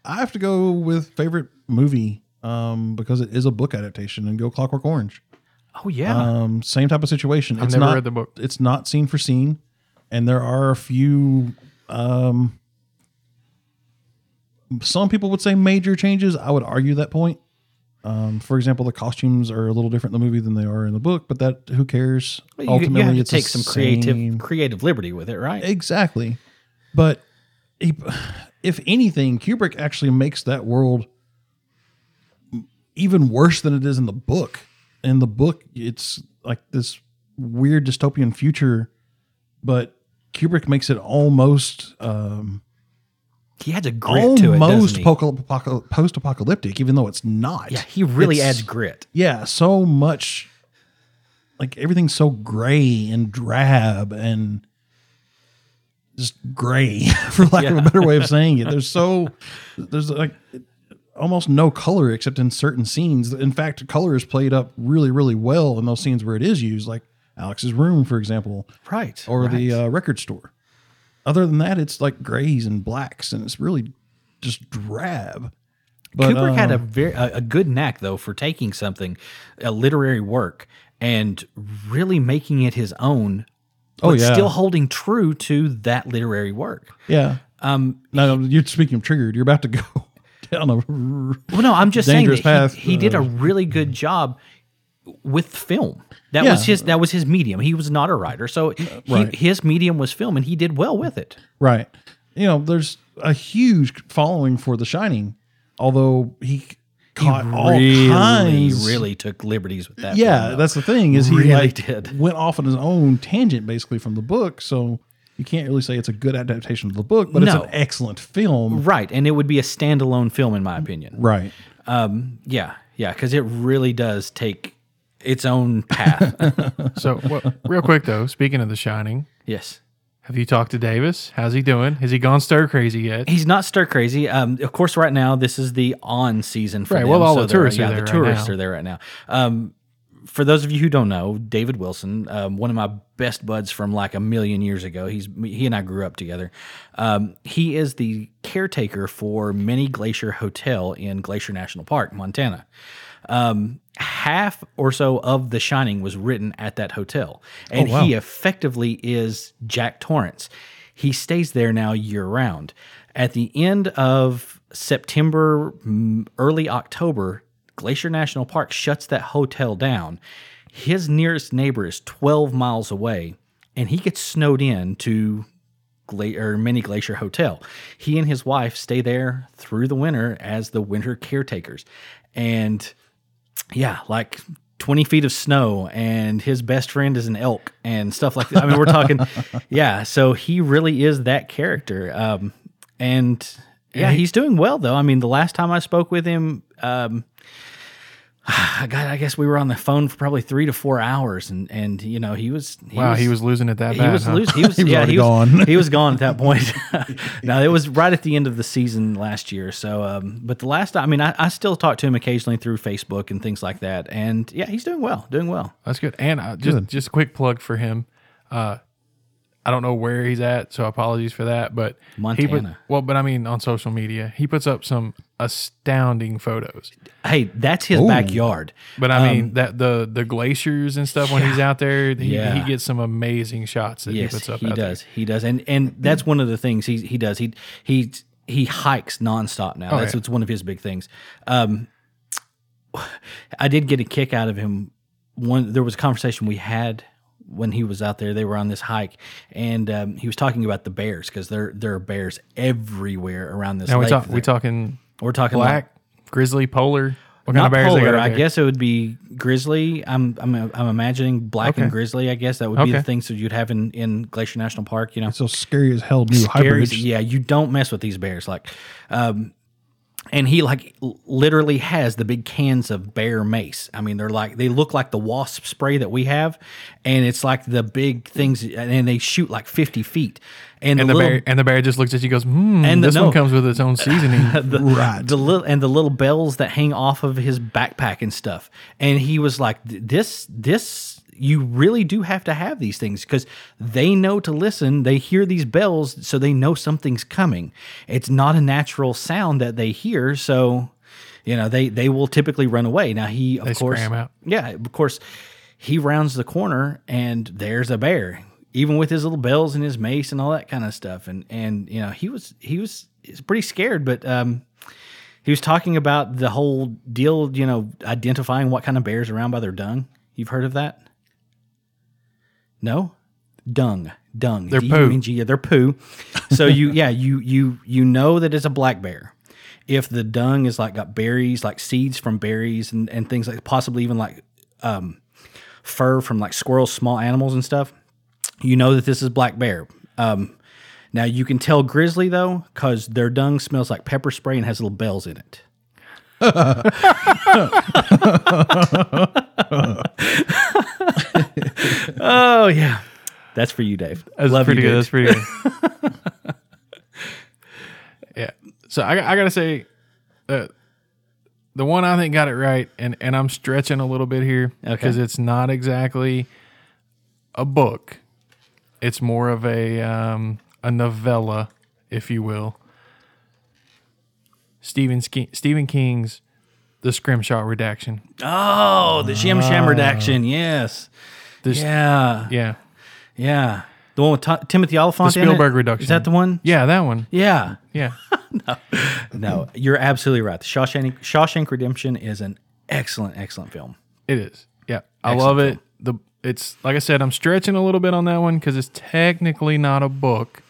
I have to go with favorite movie um because it is a book adaptation and go Clockwork Orange.
Oh yeah,
Um, same type of situation. I've
never
not,
read the book.
It's not scene for scene, and there are a few. Um, some people would say major changes. I would argue that point. Um, for example, the costumes are a little different in the movie than they are in the book, but that who cares?
But you, you have to
the
take some creative
same-
creative liberty with it, right?
Exactly, but he, if anything, Kubrick actually makes that world even worse than it is in the book. In the book, it's like this weird dystopian future, but Kubrick makes it almost um,
he adds a grit to it, doesn't
almost
he?
poco- poco- post-apocalyptic, even though it's not.
yeah, he really
It's-
adds grit.
yeah, so much like everything's so gray and drab and just gray for lack of a better way of saying it. There's so there's like almost no color except in certain scenes. In fact, color is played up really really well in those scenes where it is used like Alex's room for example
Right.
or the uh, record store. Other than that, it's like grays and blacks and it's really just drab. But,
Kubrick had
uh,
a very a, a good knack though for taking something, a literary work, and really making it his own.
Oh,
but
yeah.
still holding true to that literary work.
yeah.
Um,
No, no, you're speaking of triggered. You're about to go down a.
well, no, I'm just
Dangerous
saying that
path,
he, he did
uh,
a really good job with film. That was
Yeah.
his. That was his medium. He was not a writer, so he,
Right.
his medium was film, and he did well with it.
Right. You know, there's a huge following for The Shining, although he caught all
Really,
kinds.
really took liberties with that.
Yeah,
film, though.
that's the thing is he
Really
like
did.
went off on his own tangent basically from the book, so you can't really say it's a good adaptation of the book, but it's
No.
an excellent film.
right, and it would be a standalone film in my
Mm.
opinion.
Right.
Yeah, yeah, because it really does take its own path.
So, well, real quick though, speaking of The Shining,
yes.
have you talked to Davis? How's he doing? Has he gone stir crazy yet?
He's not stir crazy. Um, of course, right now this is the on season for
Right,
them,
well, all the
they're-
tourists are
yeah,
there
the
right
tourists
now.
are there right now. Um, for those of you who don't know, David Wilson, um, one of my best buds from like a million years ago. He's he and I grew up together. Um, he is the caretaker for Many Glacier Hotel in Glacier National Park, Montana. Um, half or so of The Shining was written at that hotel, and
wow.
he effectively is Jack Torrance. He stays there now year round. At the end of September, mm, early October, Glacier National Park shuts that hotel down. His nearest neighbor is 12 miles away, and he gets snowed in to Gla- or Mini Glacier Hotel. He and his wife stay there through the winter as the winter caretakers. And yeah, like 20 feet of snow, and his best friend is an elk and stuff like that. I mean, we're talking, yeah. So he really is that character. Um, and yeah, he's doing well, though. I mean, the last time I spoke with him, um, God, I guess we were on the phone for probably three to four hours, and and you know he was he
wow, he was losing it that bad.
he was
huh?
loose. He was,
was
yeah,
already
he was,
gone.
he was gone at that point. no, it was right at the end of the season last year. So, um, but the last, I mean, I, I still talk to him occasionally through Facebook and things like that. And yeah, he's doing well, doing well.
That's good. And uh, just just a quick plug for him. Uh, I don't know where he's at, so apologies for that. But he put-
Montana.
well, but I mean on social media, he puts up some astounding photos.
Hey, that's his backyard.
But I mean that the the glaciers and stuff when he's out there, he,
Um, Yeah.
he gets some amazing shots that he
Yes,
puts up.
he
out
does. He does, and and that's one of the things he he does. He he he hikes nonstop now. that's
Oh, yeah.
it's one of his big things. Um, I did get a kick out of him. One there was a conversation we had when he was out there. They were on this hike, and um, he was talking about the bears because there there are bears everywhere around this.
There. Now we
lake
talk.
there.
We talking
We're talking like-
black, grizzly, polar. What kind
not
of bears
polar.
they got? out
I
there?
guess it would be grizzly. I'm I'm I'm imagining black and
Okay.
grizzly. I guess that would be the
Okay.
things that you'd have in in Glacier National Park. You know,
So scary as hell new
scary.
hybrids.
Yeah, you don't mess with these bears. Like, um, and he like l- literally has the big cans of bear mace. I mean, they're like they look like the wasp spray that we have, and it's like the big things, and they shoot like fifty feet. And,
And
the,
the
little,
bear and the bear just looks at you, and goes, "Hmm."
And
And
the-
this
no.
one comes with its own seasoning.
the,
Right.
the little and the little bells that hang off of his backpack and stuff. And he was like, "Th- "This, this, you really do have to have these things because they know to listen. They hear these bells, so they know something's coming. It's not a natural sound that they hear, so." You know they they will typically run away. Now he of
They
course
scram out.
yeah, of course, he rounds the corner and there's a bear, even with his little bells and his mace and all that kind of stuff. And and you know he was he was he's pretty scared, but um, he was talking about the whole deal. You know, identifying what kind of bears around by their dung. You've heard of that? No, dung, dung.
Their
D U
poo.
N G, Yeah, their poo. So you yeah you you you know that it's a black bear. If the dung is like got berries, like seeds from berries and, and things like possibly even like um, fur from like squirrels, small animals, and stuff, you know that this is black bear. Um, now you can tell grizzly though, because their dung smells like pepper spray and has little bells in it. oh yeah, that's for you, Dave.
That's
Love
pretty
you,
good.
dude.
That's pretty good. yeah. So I, I gotta say, uh, the one I think got it right, and and I'm stretching a little bit here because it's not exactly a book. It's more of a um, a novella, if you will. Stephen Ski- Stephen King's The Scrimshaw Redaction.
Oh, the
Ah.
Jim Sham redaction. Yes.
This-
yeah.
Yeah.
Yeah. The one with To- Timothy Oliphant.
The
in it?
Spielberg reduction.
Is that the one?
Yeah, that one.
Yeah.
Yeah.
No, you're absolutely right. The Shawshank, Shawshank Redemption is an excellent, excellent film.
It is. Yeah, I love it. The it's like I said, I'm stretching a little bit on that one because it's technically not a book.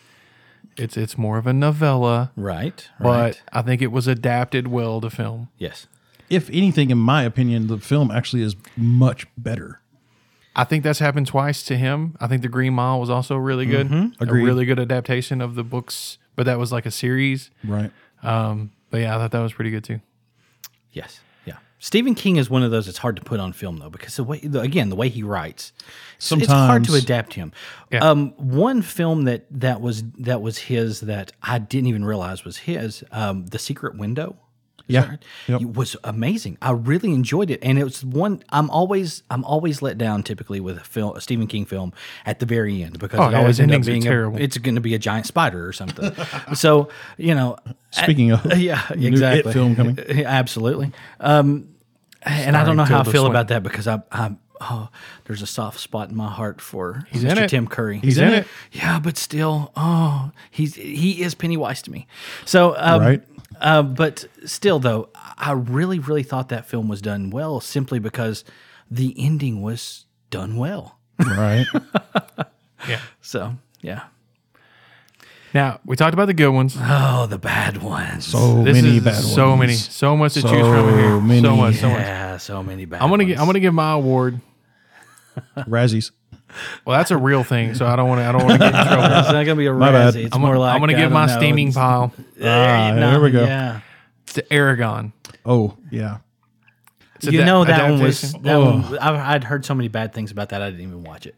It's it's more of a novella,
Right. Right.
but I think it was adapted well to film.
yes.
If anything, in my opinion, the film actually is much better.
I think that's happened twice to him. I think the Green Mile was also really good, a
Mm-hmm. Agreed.
really good adaptation of the books, but that was like a series.
Right.
Um, but yeah, I thought that was pretty good too.
Yes. Yeah. Stephen King is one of those that's hard to put on film though, because the way the, again the way he writes, it's- it's hard to
Sometimes.
adapt him.
Yeah.
Um, one film that that was that was his that I didn't even realize was his, um, The Secret Window. Is
Yeah.
that right?
Yep.
It was amazing. I really enjoyed it, and it was one I'm always I'm always let down typically with a film, a Stephen King film at the very end because
Oh,
it
yeah,
always
his
ends up
endings are
being a-
terrible.
it's going to be a giant spider or something. so you know,
Speaking of,
yeah,
It
exactly.
film coming.
Absolutely. Um, and I don't know how I
Tilda
feel
Swinton.
about that because I'm, I'm oh, there's a soft spot in my heart for
in
Mr.
it.
Tim Curry.
He's in it.
Yeah, but still, oh, he's he is Pennywise to me. So um,
Right.
uh, but still, though, I really, really thought that film was done well simply because the ending was done well.
right?
Yeah.
So yeah.
Now we talked about the good ones.
Oh, the bad ones.
So
This
many
is
bad ones.
so many, so much to
So
choose from here.
many.
So much, so much.
yeah, so many bad.
I'm gonna
ones.
gi- I'm gonna give my award.
Razzies.
Well, that's a real thing, so I don't want to. I don't want to get in trouble.
It's not gonna be a
bad.
Razzie. It's
I'm
more
gonna,
like
I'm gonna
I
give
don't
my
know,
steaming
it's-
pile
Ah,
no,
there we go.
Yeah.
to Aragon.
Oh yeah,
It's
You
adap-
know that one was
adaptation.
that
Oh.
one. I- I'd heard so many bad things about that. I didn't even watch it.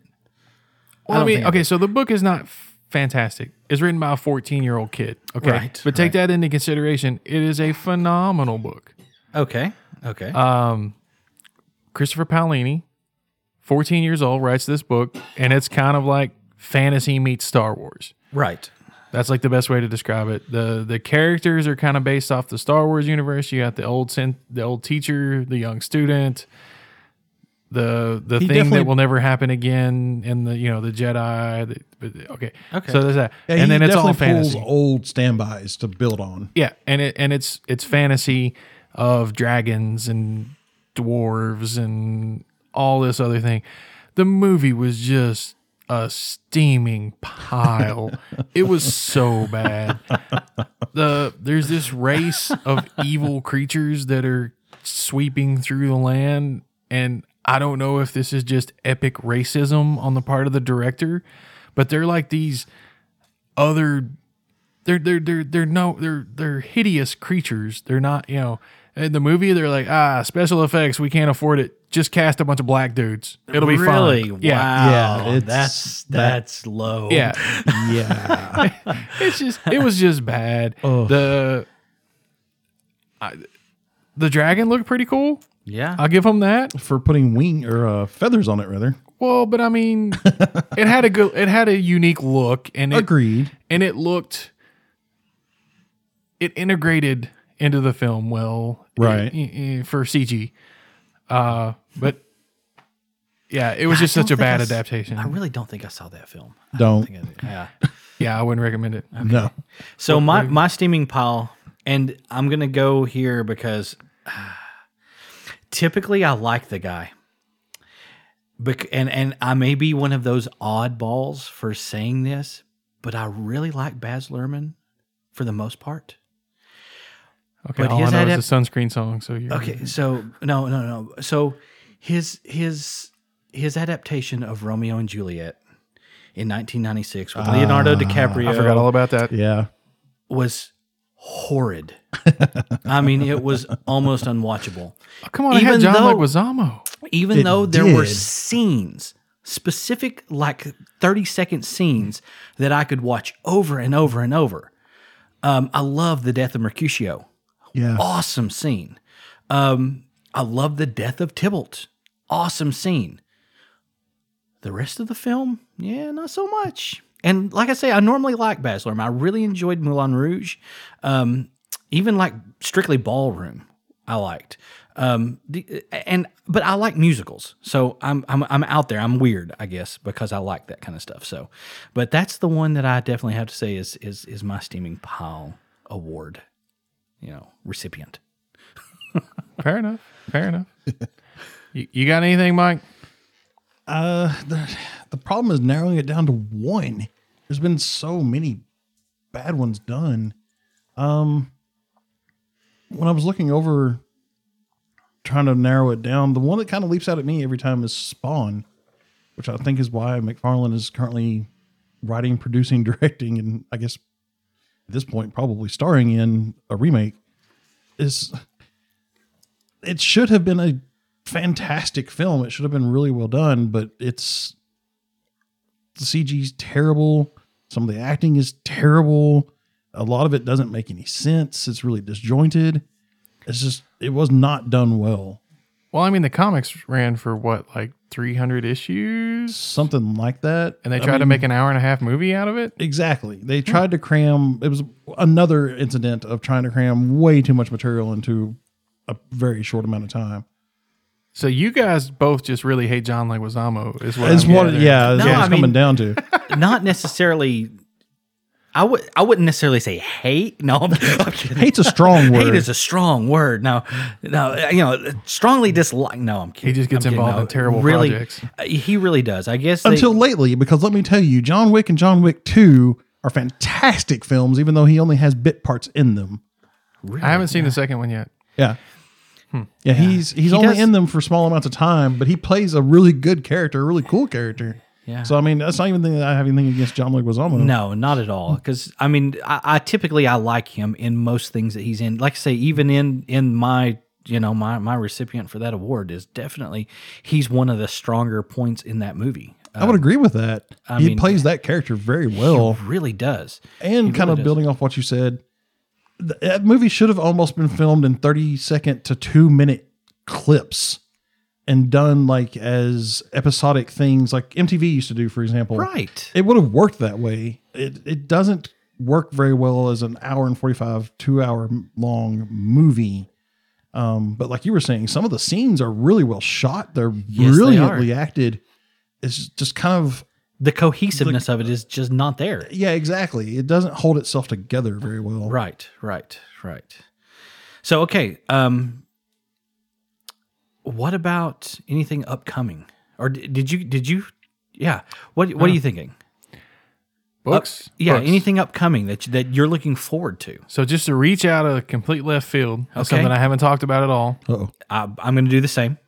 I
Well, I,
don't
mean,
think I
okay, so the book is not f- fantastic. It's written by a 14 year old kid. Okay,
Right,
but take that into consideration. It is a phenomenal book. Um,
Okay. Okay.
Uh, Christopher Paolini, 14 years old, writes this book, and it's kind of like fantasy meets Star Wars.
right.
That's like the best way to describe it. the The characters are kind of based off the Star Wars universe. You got the old sen- the old teacher, the young student, the the
He
thing
definitely-
that will never happen again, and the you know the Jedi. the- but- okay,
Okay.
So there's that,
Yeah,
and
he
then it's all
definitely pulls
fantasy.
old standbys to build on.
yeah, and it and it's it's fantasy of dragons and dwarves and all this other thing. The movie was just a steaming pile. it was so bad. The there's this race of evil creatures that are sweeping through the land and I don't know if this is just epic racism on the part of the director, but they're like these other they're they're they're they're no they're they're hideous creatures. They're not you know in the movie they're like ah special effects we can't afford it. Just cast a bunch of black dudes. It'll be
really?
fine. Yeah,
Wow.
Yeah, it's
that's
that-
that's low.
yeah.
Yeah,
it's just it was just bad. The I, the dragon looked pretty cool.
Yeah.
I'll give him that.
for putting wing or uh, feathers on it, rather.
Well, but I mean, it had a good, it had a unique look, and it
Agreed.
and it looked, it integrated into the film well,
Right.
eh, eh, for CG, uh, but yeah, it was
I
just such a
don't think I
bad
s-
adaptation.
I really don't think I saw that film. I
Don't.
think I did. Yeah.
yeah, I wouldn't recommend it.
No.
So my my steaming pile, and I'm gonna go here because typically I like the guy. Bec- and and I may be one of those oddballs for saying this, but I really like Baz Luhrmann for the most part.
Okay,
But
all I
his
know
adap-
is the sunscreen song. So you're
Okay, so no, no, no. So his his his adaptation of Romeo and Juliet in 1996 with Leonardo DiCaprio
Ah. I forgot all about that.
Yeah.
was horrid. I mean, it was almost unwatchable.
Oh, come on, I
Even
had John
though-
Leguizamo.
Even
It
though there were
did.
scenes, specific like 30 second scenes that I could watch over and over and over. Um, I love the death of Mercutio.
Yeah.
Awesome scene. Um, I love the death of Tybalt. Awesome scene. The rest of the film, yeah, not so much. And like I say, I normally like Baz Luhrmann. I really enjoyed Moulin Rouge. Um, even like strictly ballroom, I liked. Um, the, and but I like musicals, so I'm I'm I'm out there. I'm weird, I guess, because I like that kind of stuff. So, but that's the one that I definitely have to say is is is my steaming pile award, you know, recipient.
Fair enough. Fair enough. You, you got anything, Mike?
Uh, the, the problem is narrowing it down to one. There's been so many bad ones done. Um, when I was looking over, trying to narrow it down, the one that kind of leaps out at me every time is Spawn, which I think is why McFarlane is currently writing, producing, directing, and I guess at this point probably starring in a remake. Is it should have been a fantastic film. It should have been really well done, but it's the CG's terrible. Some of the acting is terrible. A lot of it doesn't make any sense. It's really disjointed. It's just it was not done well.
Well, I mean, the comics ran for what, like 300 issues?
Something like that.
And they tried to make an hour and a half movie out of it?
Exactly. They
Hmm.
tried to cram. It was another incident of trying to cram way too much material into a very short amount of time.
So you guys both just really hate John Leguizamo, is what
It's
I'm
what,
gathering.
yeah, it's
No,
what
I
it's
mean-
coming down to.
Not necessarily. I would. I wouldn't necessarily say hate. No, I'm, I'm kidding.
Hate's a strong word.
Hate is a strong word. No, no, you know, strongly dislike. No, I'm kidding.
He just gets
I'm kidding.
involved
No,
in terrible
really,
projects.
uh, He really does. I guess they-
until lately because let me tell you john wick and john wick 2 are fantastic films even though he only has bit parts in them
I haven't seen the second one yet.
yeah yeah, he's he's
Hmm. He
only
does-
in them for small amounts of time but he plays a really good character a really cool character
Yeah.
so i mean that's not even thing that i have anything against john leguizamo
No, not at all. Because I mean, I, I typically I like him in most things that he's in. Like I say, even in in my you know my my recipient for that award is definitely he's one of the stronger points in that movie. Uh,
i would agree with that he
mean-
plays that character very well
really does.
and kind of
does.
building off what you said th- that movie should have almost been filmed in 30 second to two minute clips and done like as episodic things like mtv used to do for example
Right.
it would have worked that way it, it doesn't work very well as an hour and 45 two hour m- long movie um, but like you were saying some of the scenes are really well shot they're
they
brilliantly acted it's just kind of
The cohesiveness of it is just not there.
yeah exactly it doesn't hold itself together very well
Right. Right. Right. So okay. Um. What about anything upcoming? Or d- did you did you? Yeah. What What are you thinking?
Books?
Up- Uh, yeah,
Books.
anything upcoming that you- that you're looking forward to?
So just to reach out of complete left field, that's
Okay.
something I haven't talked about at all.
oh
I, Uh, I'm going to do the same.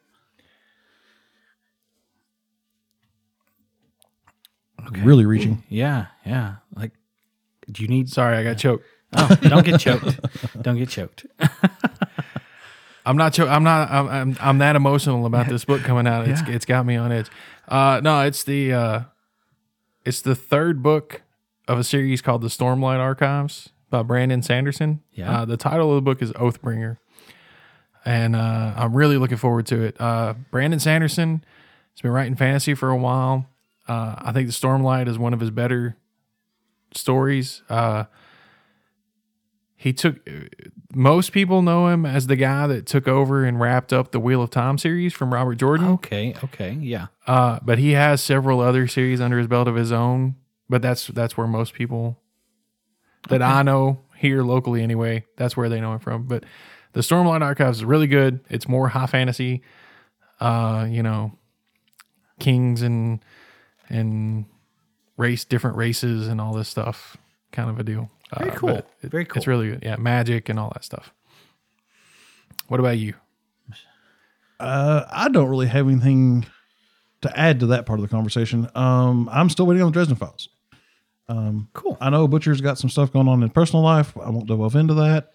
Really reaching.
Yeah, yeah. Like, do you need?
Sorry, I got choked.
Oh, don't get choked. Don't get choked.
I'm not. Cho- I'm not. I'm, I'm. I'm that emotional about this book coming out. It's. It's got me on edge. Uh, no, it's the. Uh, it's the third book of a series called the Stormlight Archives by Brandon Sanderson.
Yeah.
Uh, the title of the book is Oathbringer, and uh, I'm really looking forward to it. Uh, Brandon Sanderson has been writing fantasy for a while. Uh, I think the Stormlight is one of his better stories. Uh, he took most people know him as the guy that took over and wrapped up the Wheel of Time series from Robert Jordan.
Okay, okay, yeah.
Uh, but he has several other series under his belt of his own. But that's that's where most people that I know here locally, anyway, that's where they know him from. But the Stormlight Archives is really good. It's more high fantasy, uh, you know, kings and and race different races and all this stuff, kind of a deal. Very
cool. Very cool.
It's really good. Yeah, magic and all that stuff. What about you?
Uh, I don't really have anything to add to that part of the conversation. Um, I'm still waiting on the Dresden Files. Um,
Cool.
I know Butcher's got some stuff going on in personal life. I won't delve into that,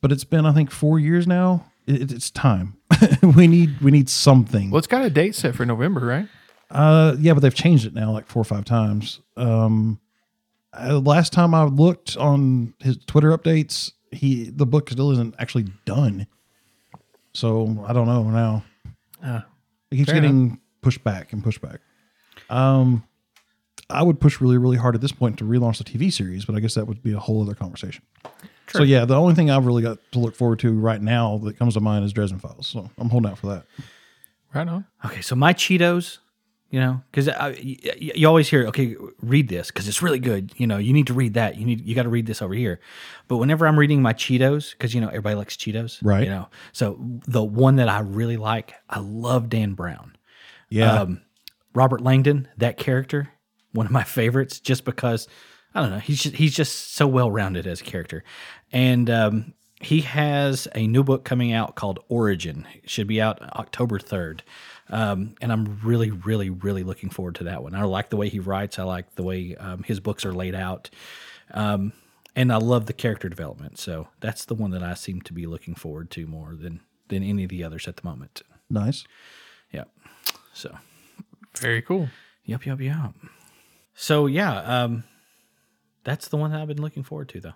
but it's been I think four years now. It, it- it's time. we need we need something.
Well, it's got a date set for November, right?
Uh, yeah, but they've changed it now like four or five times. Um, uh, last time I looked on his Twitter updates, he the book still isn't actually done. So I don't know now.
Ah,
it keeps
fair enough.
getting pushed back and pushed back. Um, I would push really, really hard at this point to relaunch the TV series, but I guess that would be a whole other conversation. So yeah, the only thing I've really got to look forward to right now that comes to mind is Dresden Files. So I'm holding out for that.
Right on.
Okay, so my Cheetos You know, because you always hear, okay, read this because it's really good. You know, you need to read that. You need you got to read this over here. But whenever I'm reading my Cheetos, because you know everybody likes Cheetos,
Right.
You know, so the one that I really like, I love Dan Brown.
Yeah.
Um, Robert Langdon, that character, one of my favorites, just because I don't know, he's just, he's just so well rounded as a character, and um, he has a new book coming out called Origin. It should be out October third, um, and I'm really, really, really looking forward to that one. I like the way he writes. I like the way um, his books are laid out. Um, and I love the character development, so that's the one that I seem to be looking forward to more than than any of the others at the moment.
nice.
Yeah, so
Very cool.
Yup, yup, yup. So yeah, um, that's the one that I've been looking forward to, though.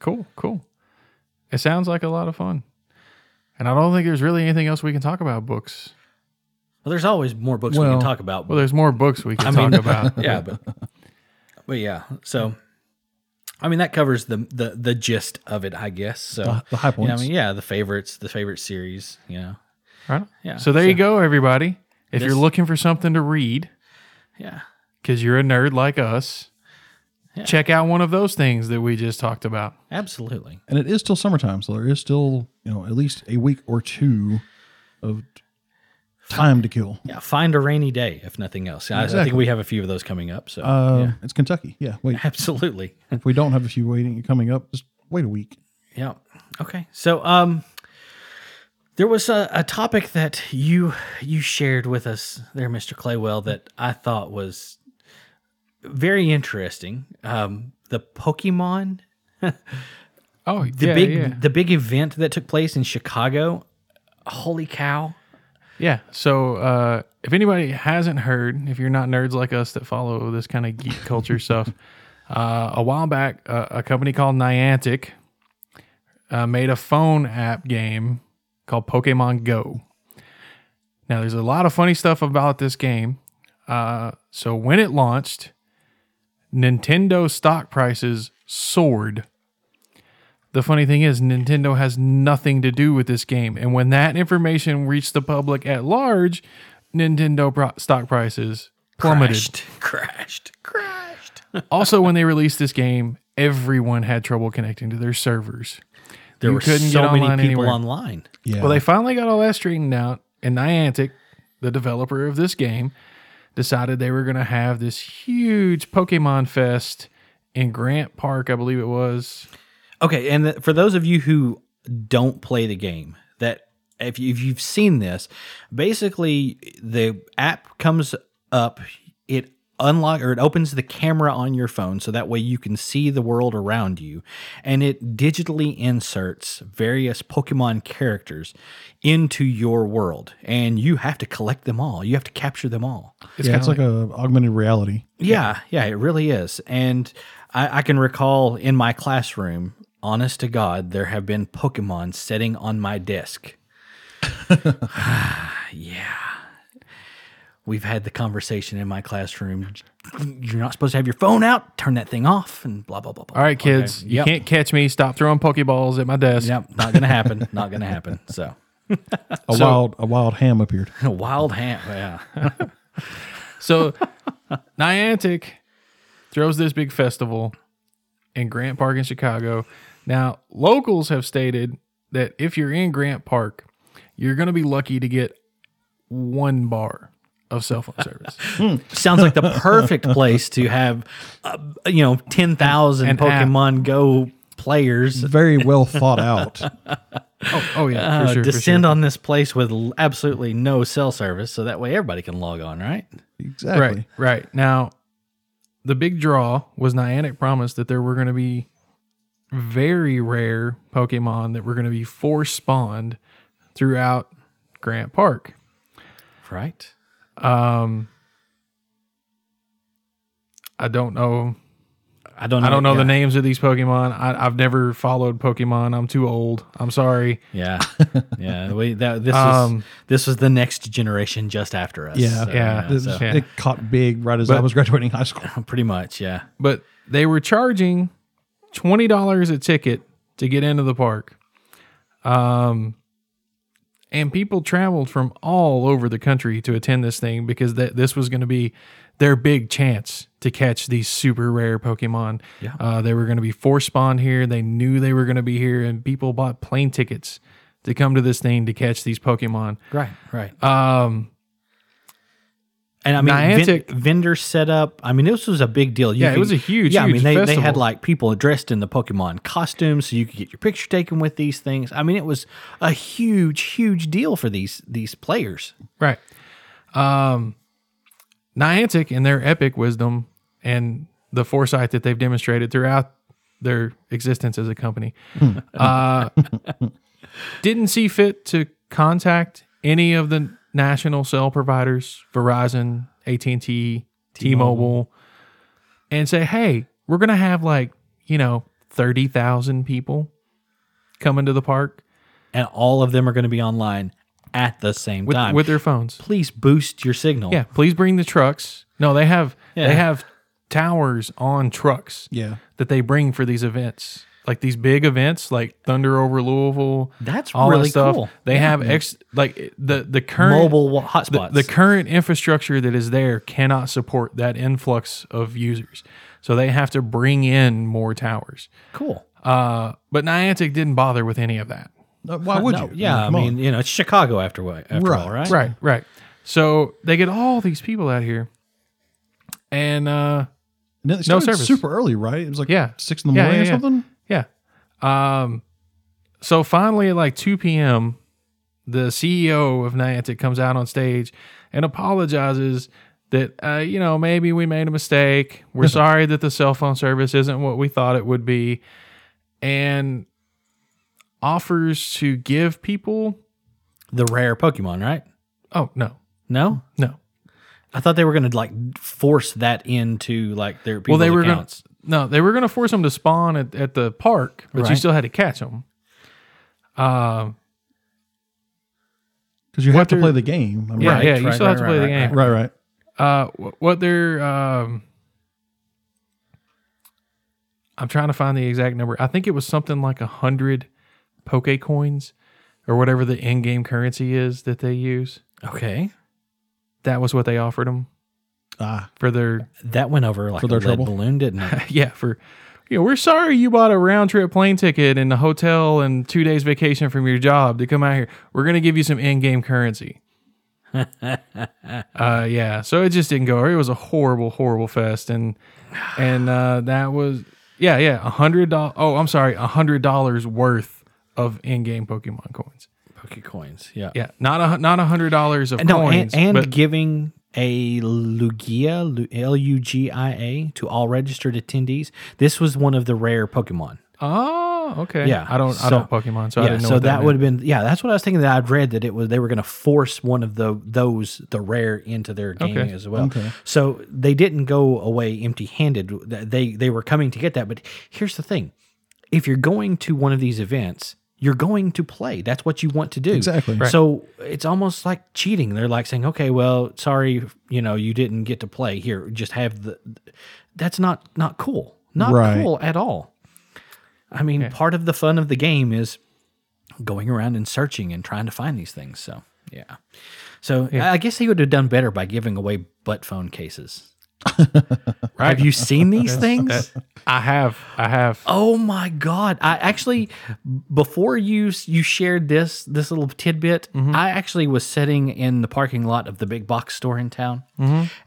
Cool, cool. It sounds like a lot of fun. And I don't think there's really anything else we can talk about books.
Well, there's always more books we
Well-
can talk about.
Well, there's more books we can
I mean-
talk about.
yeah, but but yeah. So, I mean, that covers the the the gist of it, I guess. So
The- the high
you know, I
points.
mean, yeah, the favorites, the favorite series. You know,
Right?
Yeah,
So there you go, everybody. If
This-
you're looking for something to read,
yeah,
because you're a nerd like us, check out one of those things that we just talked about.
absolutely.
And it is still summertime, so there is still, you know, at least a week or two of time to kill.
Yeah, find a rainy day if nothing else. I, I think
Exactly.
we have a few of those coming up. So
Uh, It's Kentucky. Yeah. Wait.
absolutely.
if we don't have a few waiting coming up, just wait a week.
Yeah. Okay. So um there was a, a topic that you you shared with us there, Mr. Claywell, that I thought was very interesting. Um the Pokemon,
Oh,
the
yeah,
big
yeah.
the big event that took place in Chicago. Holy cow.
Yeah. So uh, if anybody hasn't heard, if you're not nerds like us that follow this kind of geek culture stuff, uh, a while back, uh, a company called Niantic uh, made a phone app game called Pokemon Go. Now, there's a lot of funny stuff about this game. Uh, so when it launched, Nintendo stock prices soared. The funny thing is, Nintendo has nothing to do with this game. And when that information reached the public at large, Nintendo pro- stock prices plummeted.
Crashed. Crashed. Crashed.
also, when they released this game, everyone had trouble connecting to their servers.
There
You
were
couldn't
so
get
many
online
people
anywhere.
online.
Yeah.
Well, they finally got all that straightened out, and Niantic, the developer of this game, decided they were going to have this huge Pokemon Fest in Grant Park, I believe it was.
Okay, and th- for those of you who don't play the game, that if, you, if you've seen this, basically the app comes up, it unlock or it opens the camera on your phone so that way you can see the world around you and it digitally inserts various pokemon characters into your world and you have to collect them all you have to capture them all
It's
yeah,
kind of
it's like, a augmented reality.
yeah, yeah, it really is. And I, I can recall in my classroom, honest to God, there have been Pokemon sitting on my desk. yeah. We've had the conversation in my classroom. You're not supposed to have your phone out. Turn that thing off, and blah blah blah. blah.
All right, kids, you
Yep.
can't catch me. Stop throwing Pokeballs at my desk.
Yep, not gonna happen. not gonna happen. So
A
So-
wild a wild ham appeared.
a wild hand. Yeah.
So Niantic throws this big festival in Grant Park in Chicago. Now, locals have stated that if you're in Grant Park, you're going to be lucky to get one bar of cell phone service.
Sounds like the perfect place to have, uh, you know, ten thousand
An app.
Pokemon Go players
Very well thought out.
oh, oh, yeah, for
uh,
sure. for
descend
sure.
on this place with l- absolutely no cell service, so that way everybody can log on, right?
Exactly.
Right, right. Now, the big draw was Niantic promised that there were going to be very rare Pokemon that were going to be force spawned throughout Grant Park.
Right.
Um, I don't know.
I don't. Know,
I don't know
yeah.
the names of these Pokemon. I, I've never followed Pokemon. I'm too old. I'm sorry.
Yeah, yeah. We, that, this was
Um,
this was the next generation just after us.
Yeah.
so,
Yeah.
you know,
It,
so,
yeah.
it caught big right as I
But-
was graduating high school.
pretty much. Yeah.
But they were charging twenty dollars a ticket to get into the park. Um, and people traveled from all over the country to attend this thing because that this was going to be their big chance to catch these super rare Pokemon.
Yeah.
Uh, they were going to be force spawned here. They knew they were going to be here, and people bought plane tickets to come to this thing to catch these Pokemon.
Right, right.
Um,
And I mean,
Niantic-
vend- vendor setup. I mean, this was a big deal. You
Yeah, it was a huge,
Yeah, I mean,
huge
they, they
festival.
had like people dressed in the Pokemon costumes, so you could get your picture taken with these things. I mean, it was a huge, huge deal for these these players.
Right. Um, Niantic, in their epic wisdom and the foresight that they've demonstrated throughout their existence as a company, uh, didn't see fit to contact any of the national cell providers, Verizon, AT and T, T-Mobile, and say, "Hey, we're gonna have like you know thirty thousand people coming to the park
and all of them are going to be online at the same
with
time.
with their phones."
Please boost your signal.
Yeah, please bring the trucks. No, they have
Yeah.
they have towers on trucks
Yeah.
that they bring for these events. Like these big events like Thunder over Louisville.
That's
all
really
that stuff.
cool.
They have ex like the the current
mobile wa-
the,
hotspots.
the current infrastructure that is there cannot support that influx of users. So they have to bring in more towers.
cool.
Uh, but Niantic didn't bother with any of that.
Uh, Why would
No,
you?
yeah, I
come on.
mean, you know, it's Chicago after wa- after all,
Right.
right?
Right, right. So they get all these people out here. And uh
And it started
service.
Super early, right? It was like
Yeah.
six in the
Yeah,
morning
yeah,
or
yeah.
something.
Yeah. Um, so finally, at like 2 p.m., the CEO of Niantic comes out on stage and apologizes that, uh, you know, maybe we made a mistake. We're sorry that the cell phone service isn't what we thought it would be. And offers to give people.
The rare Pokemon, right?
Oh, no,
No,
no.
I thought they were going to like force that into like their
Well,
people's
they were going
accounts.
no, they were going to force them to spawn at, at the park, but you
Right.
still had to catch them. Um,
Because you
What
have to
they're-
play the game. I mean,
Yeah,
right.
yeah, you still have to play the game.
Right, right.
uh wh- what their um I'm trying to find the exact number. I think it was something like a hundred Poke coins or whatever the in-game currency is that they use.
Okay,
That was what they offered them
Ah,
for their
that went over like
For
a
their
lead
trouble.
balloon, didn't it?
yeah for you know we're sorry you bought a round trip plane ticket and a hotel and two days vacation from your job to come out here. We're gonna give you some in-game currency. uh, yeah, so it just didn't go. over. It was a horrible, horrible fest, and and uh, that was yeah, yeah, a hundred dollars. Oh, I'm sorry, a hundred dollars worth of in-game Pokemon coins.
Poke coins, yeah,
Yeah, not a hun- not a hundred dollars of
No,
coins,
and, and
but
giving a Lugia, L U G I A, to all registered attendees. This was one of the rare Pokemon.
oh, okay,
Yeah,
I don't, I
so-
don't Pokemon, so I didn't know.
so
what
that,
meant.
would have been yeah. That's what I was thinking. That I'd read that it was they were going to force one of the those the rare into their game
Okay.
as well. So they didn't go away empty handed. They they were coming to get that. But here's the thing: if you're going to one of these events. You're going to play. That's what you want to do.
Exactly. Right.
So it's almost like cheating. They're like saying, "Okay, well, sorry, you know, you didn't get to play. Here, just have the." That's not not cool. Not
Right.
cool at all. I mean, part of the fun of the game is going around and searching and trying to find these things. So, yeah. So, I guess he would have done better by giving away butt phone cases. Have you seen these things?
I have, I have.
Oh my god! I actually, before you you shared this this little tidbit, I actually was sitting in the parking lot of the big box store in town,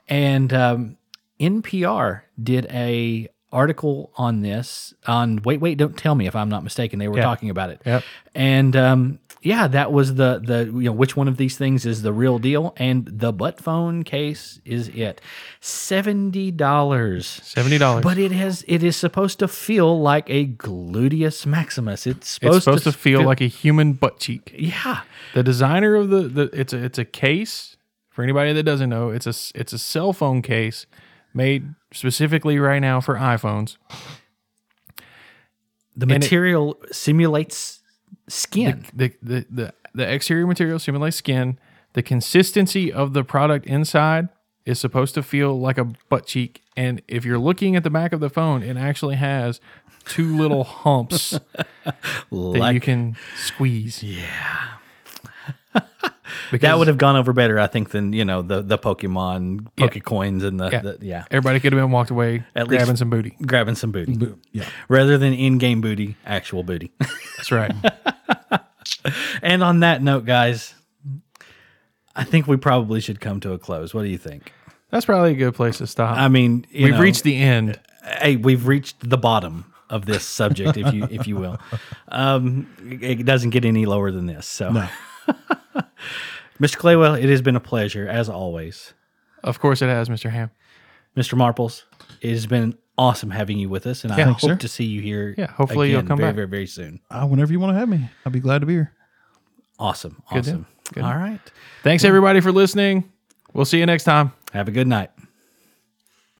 and um, NPR did a article on this on wait wait don't tell me if I'm not mistaken they were talking about it
Yep.
and um, yeah that was the the you know which one of these things is the real deal and the butt phone case is it seventy dollars
$70.
but it has it is supposed to feel like a gluteus maximus. It's supposed,
it's supposed to, feel like a human butt cheek.
yeah.
The designer of the, the it's a it's a case for anybody that doesn't know. It's a s- it's a cell phone case made specifically right now for iPhones.
The
it-
material simulates skin.
The the the, the exterior material simulates skin. The consistency of the product inside is supposed to feel like a butt cheek. And if you're looking at the back of the phone, it actually has two little humps that you
like
can squeeze. Because
That would have gone over better, I think, than you know the the Pokemon Pokecoins and the yeah. the yeah
everybody could have been walked away
At
grabbing
least-
some booty.
grabbing some booty
Boom. Yeah.
rather than in game booty, actual booty.
That's right.
and on that note, guys, I think we probably should come to a close. What do you think?
That's probably a good place to stop.
I mean, you
We've
know,
reached the end.
hey, we've reached the bottom of this subject, if you if you will. Um, it it doesn't get any lower than this. So, Mr. Claywell, it has been a pleasure as always.
Of course, it has, Mr. Ham.
Mr. Marples, it has been awesome having you with us, and I hope
Thanks, sir.
to see you here.
Yeah, hopefully you'll
again
come
very,
back.
very very soon.
Uh, whenever you want to have me, I'll be glad to be here.
Awesome,
deal.
awesome.
Good
All right,
Thanks, everybody, for listening. We'll see you next time.
have a good night.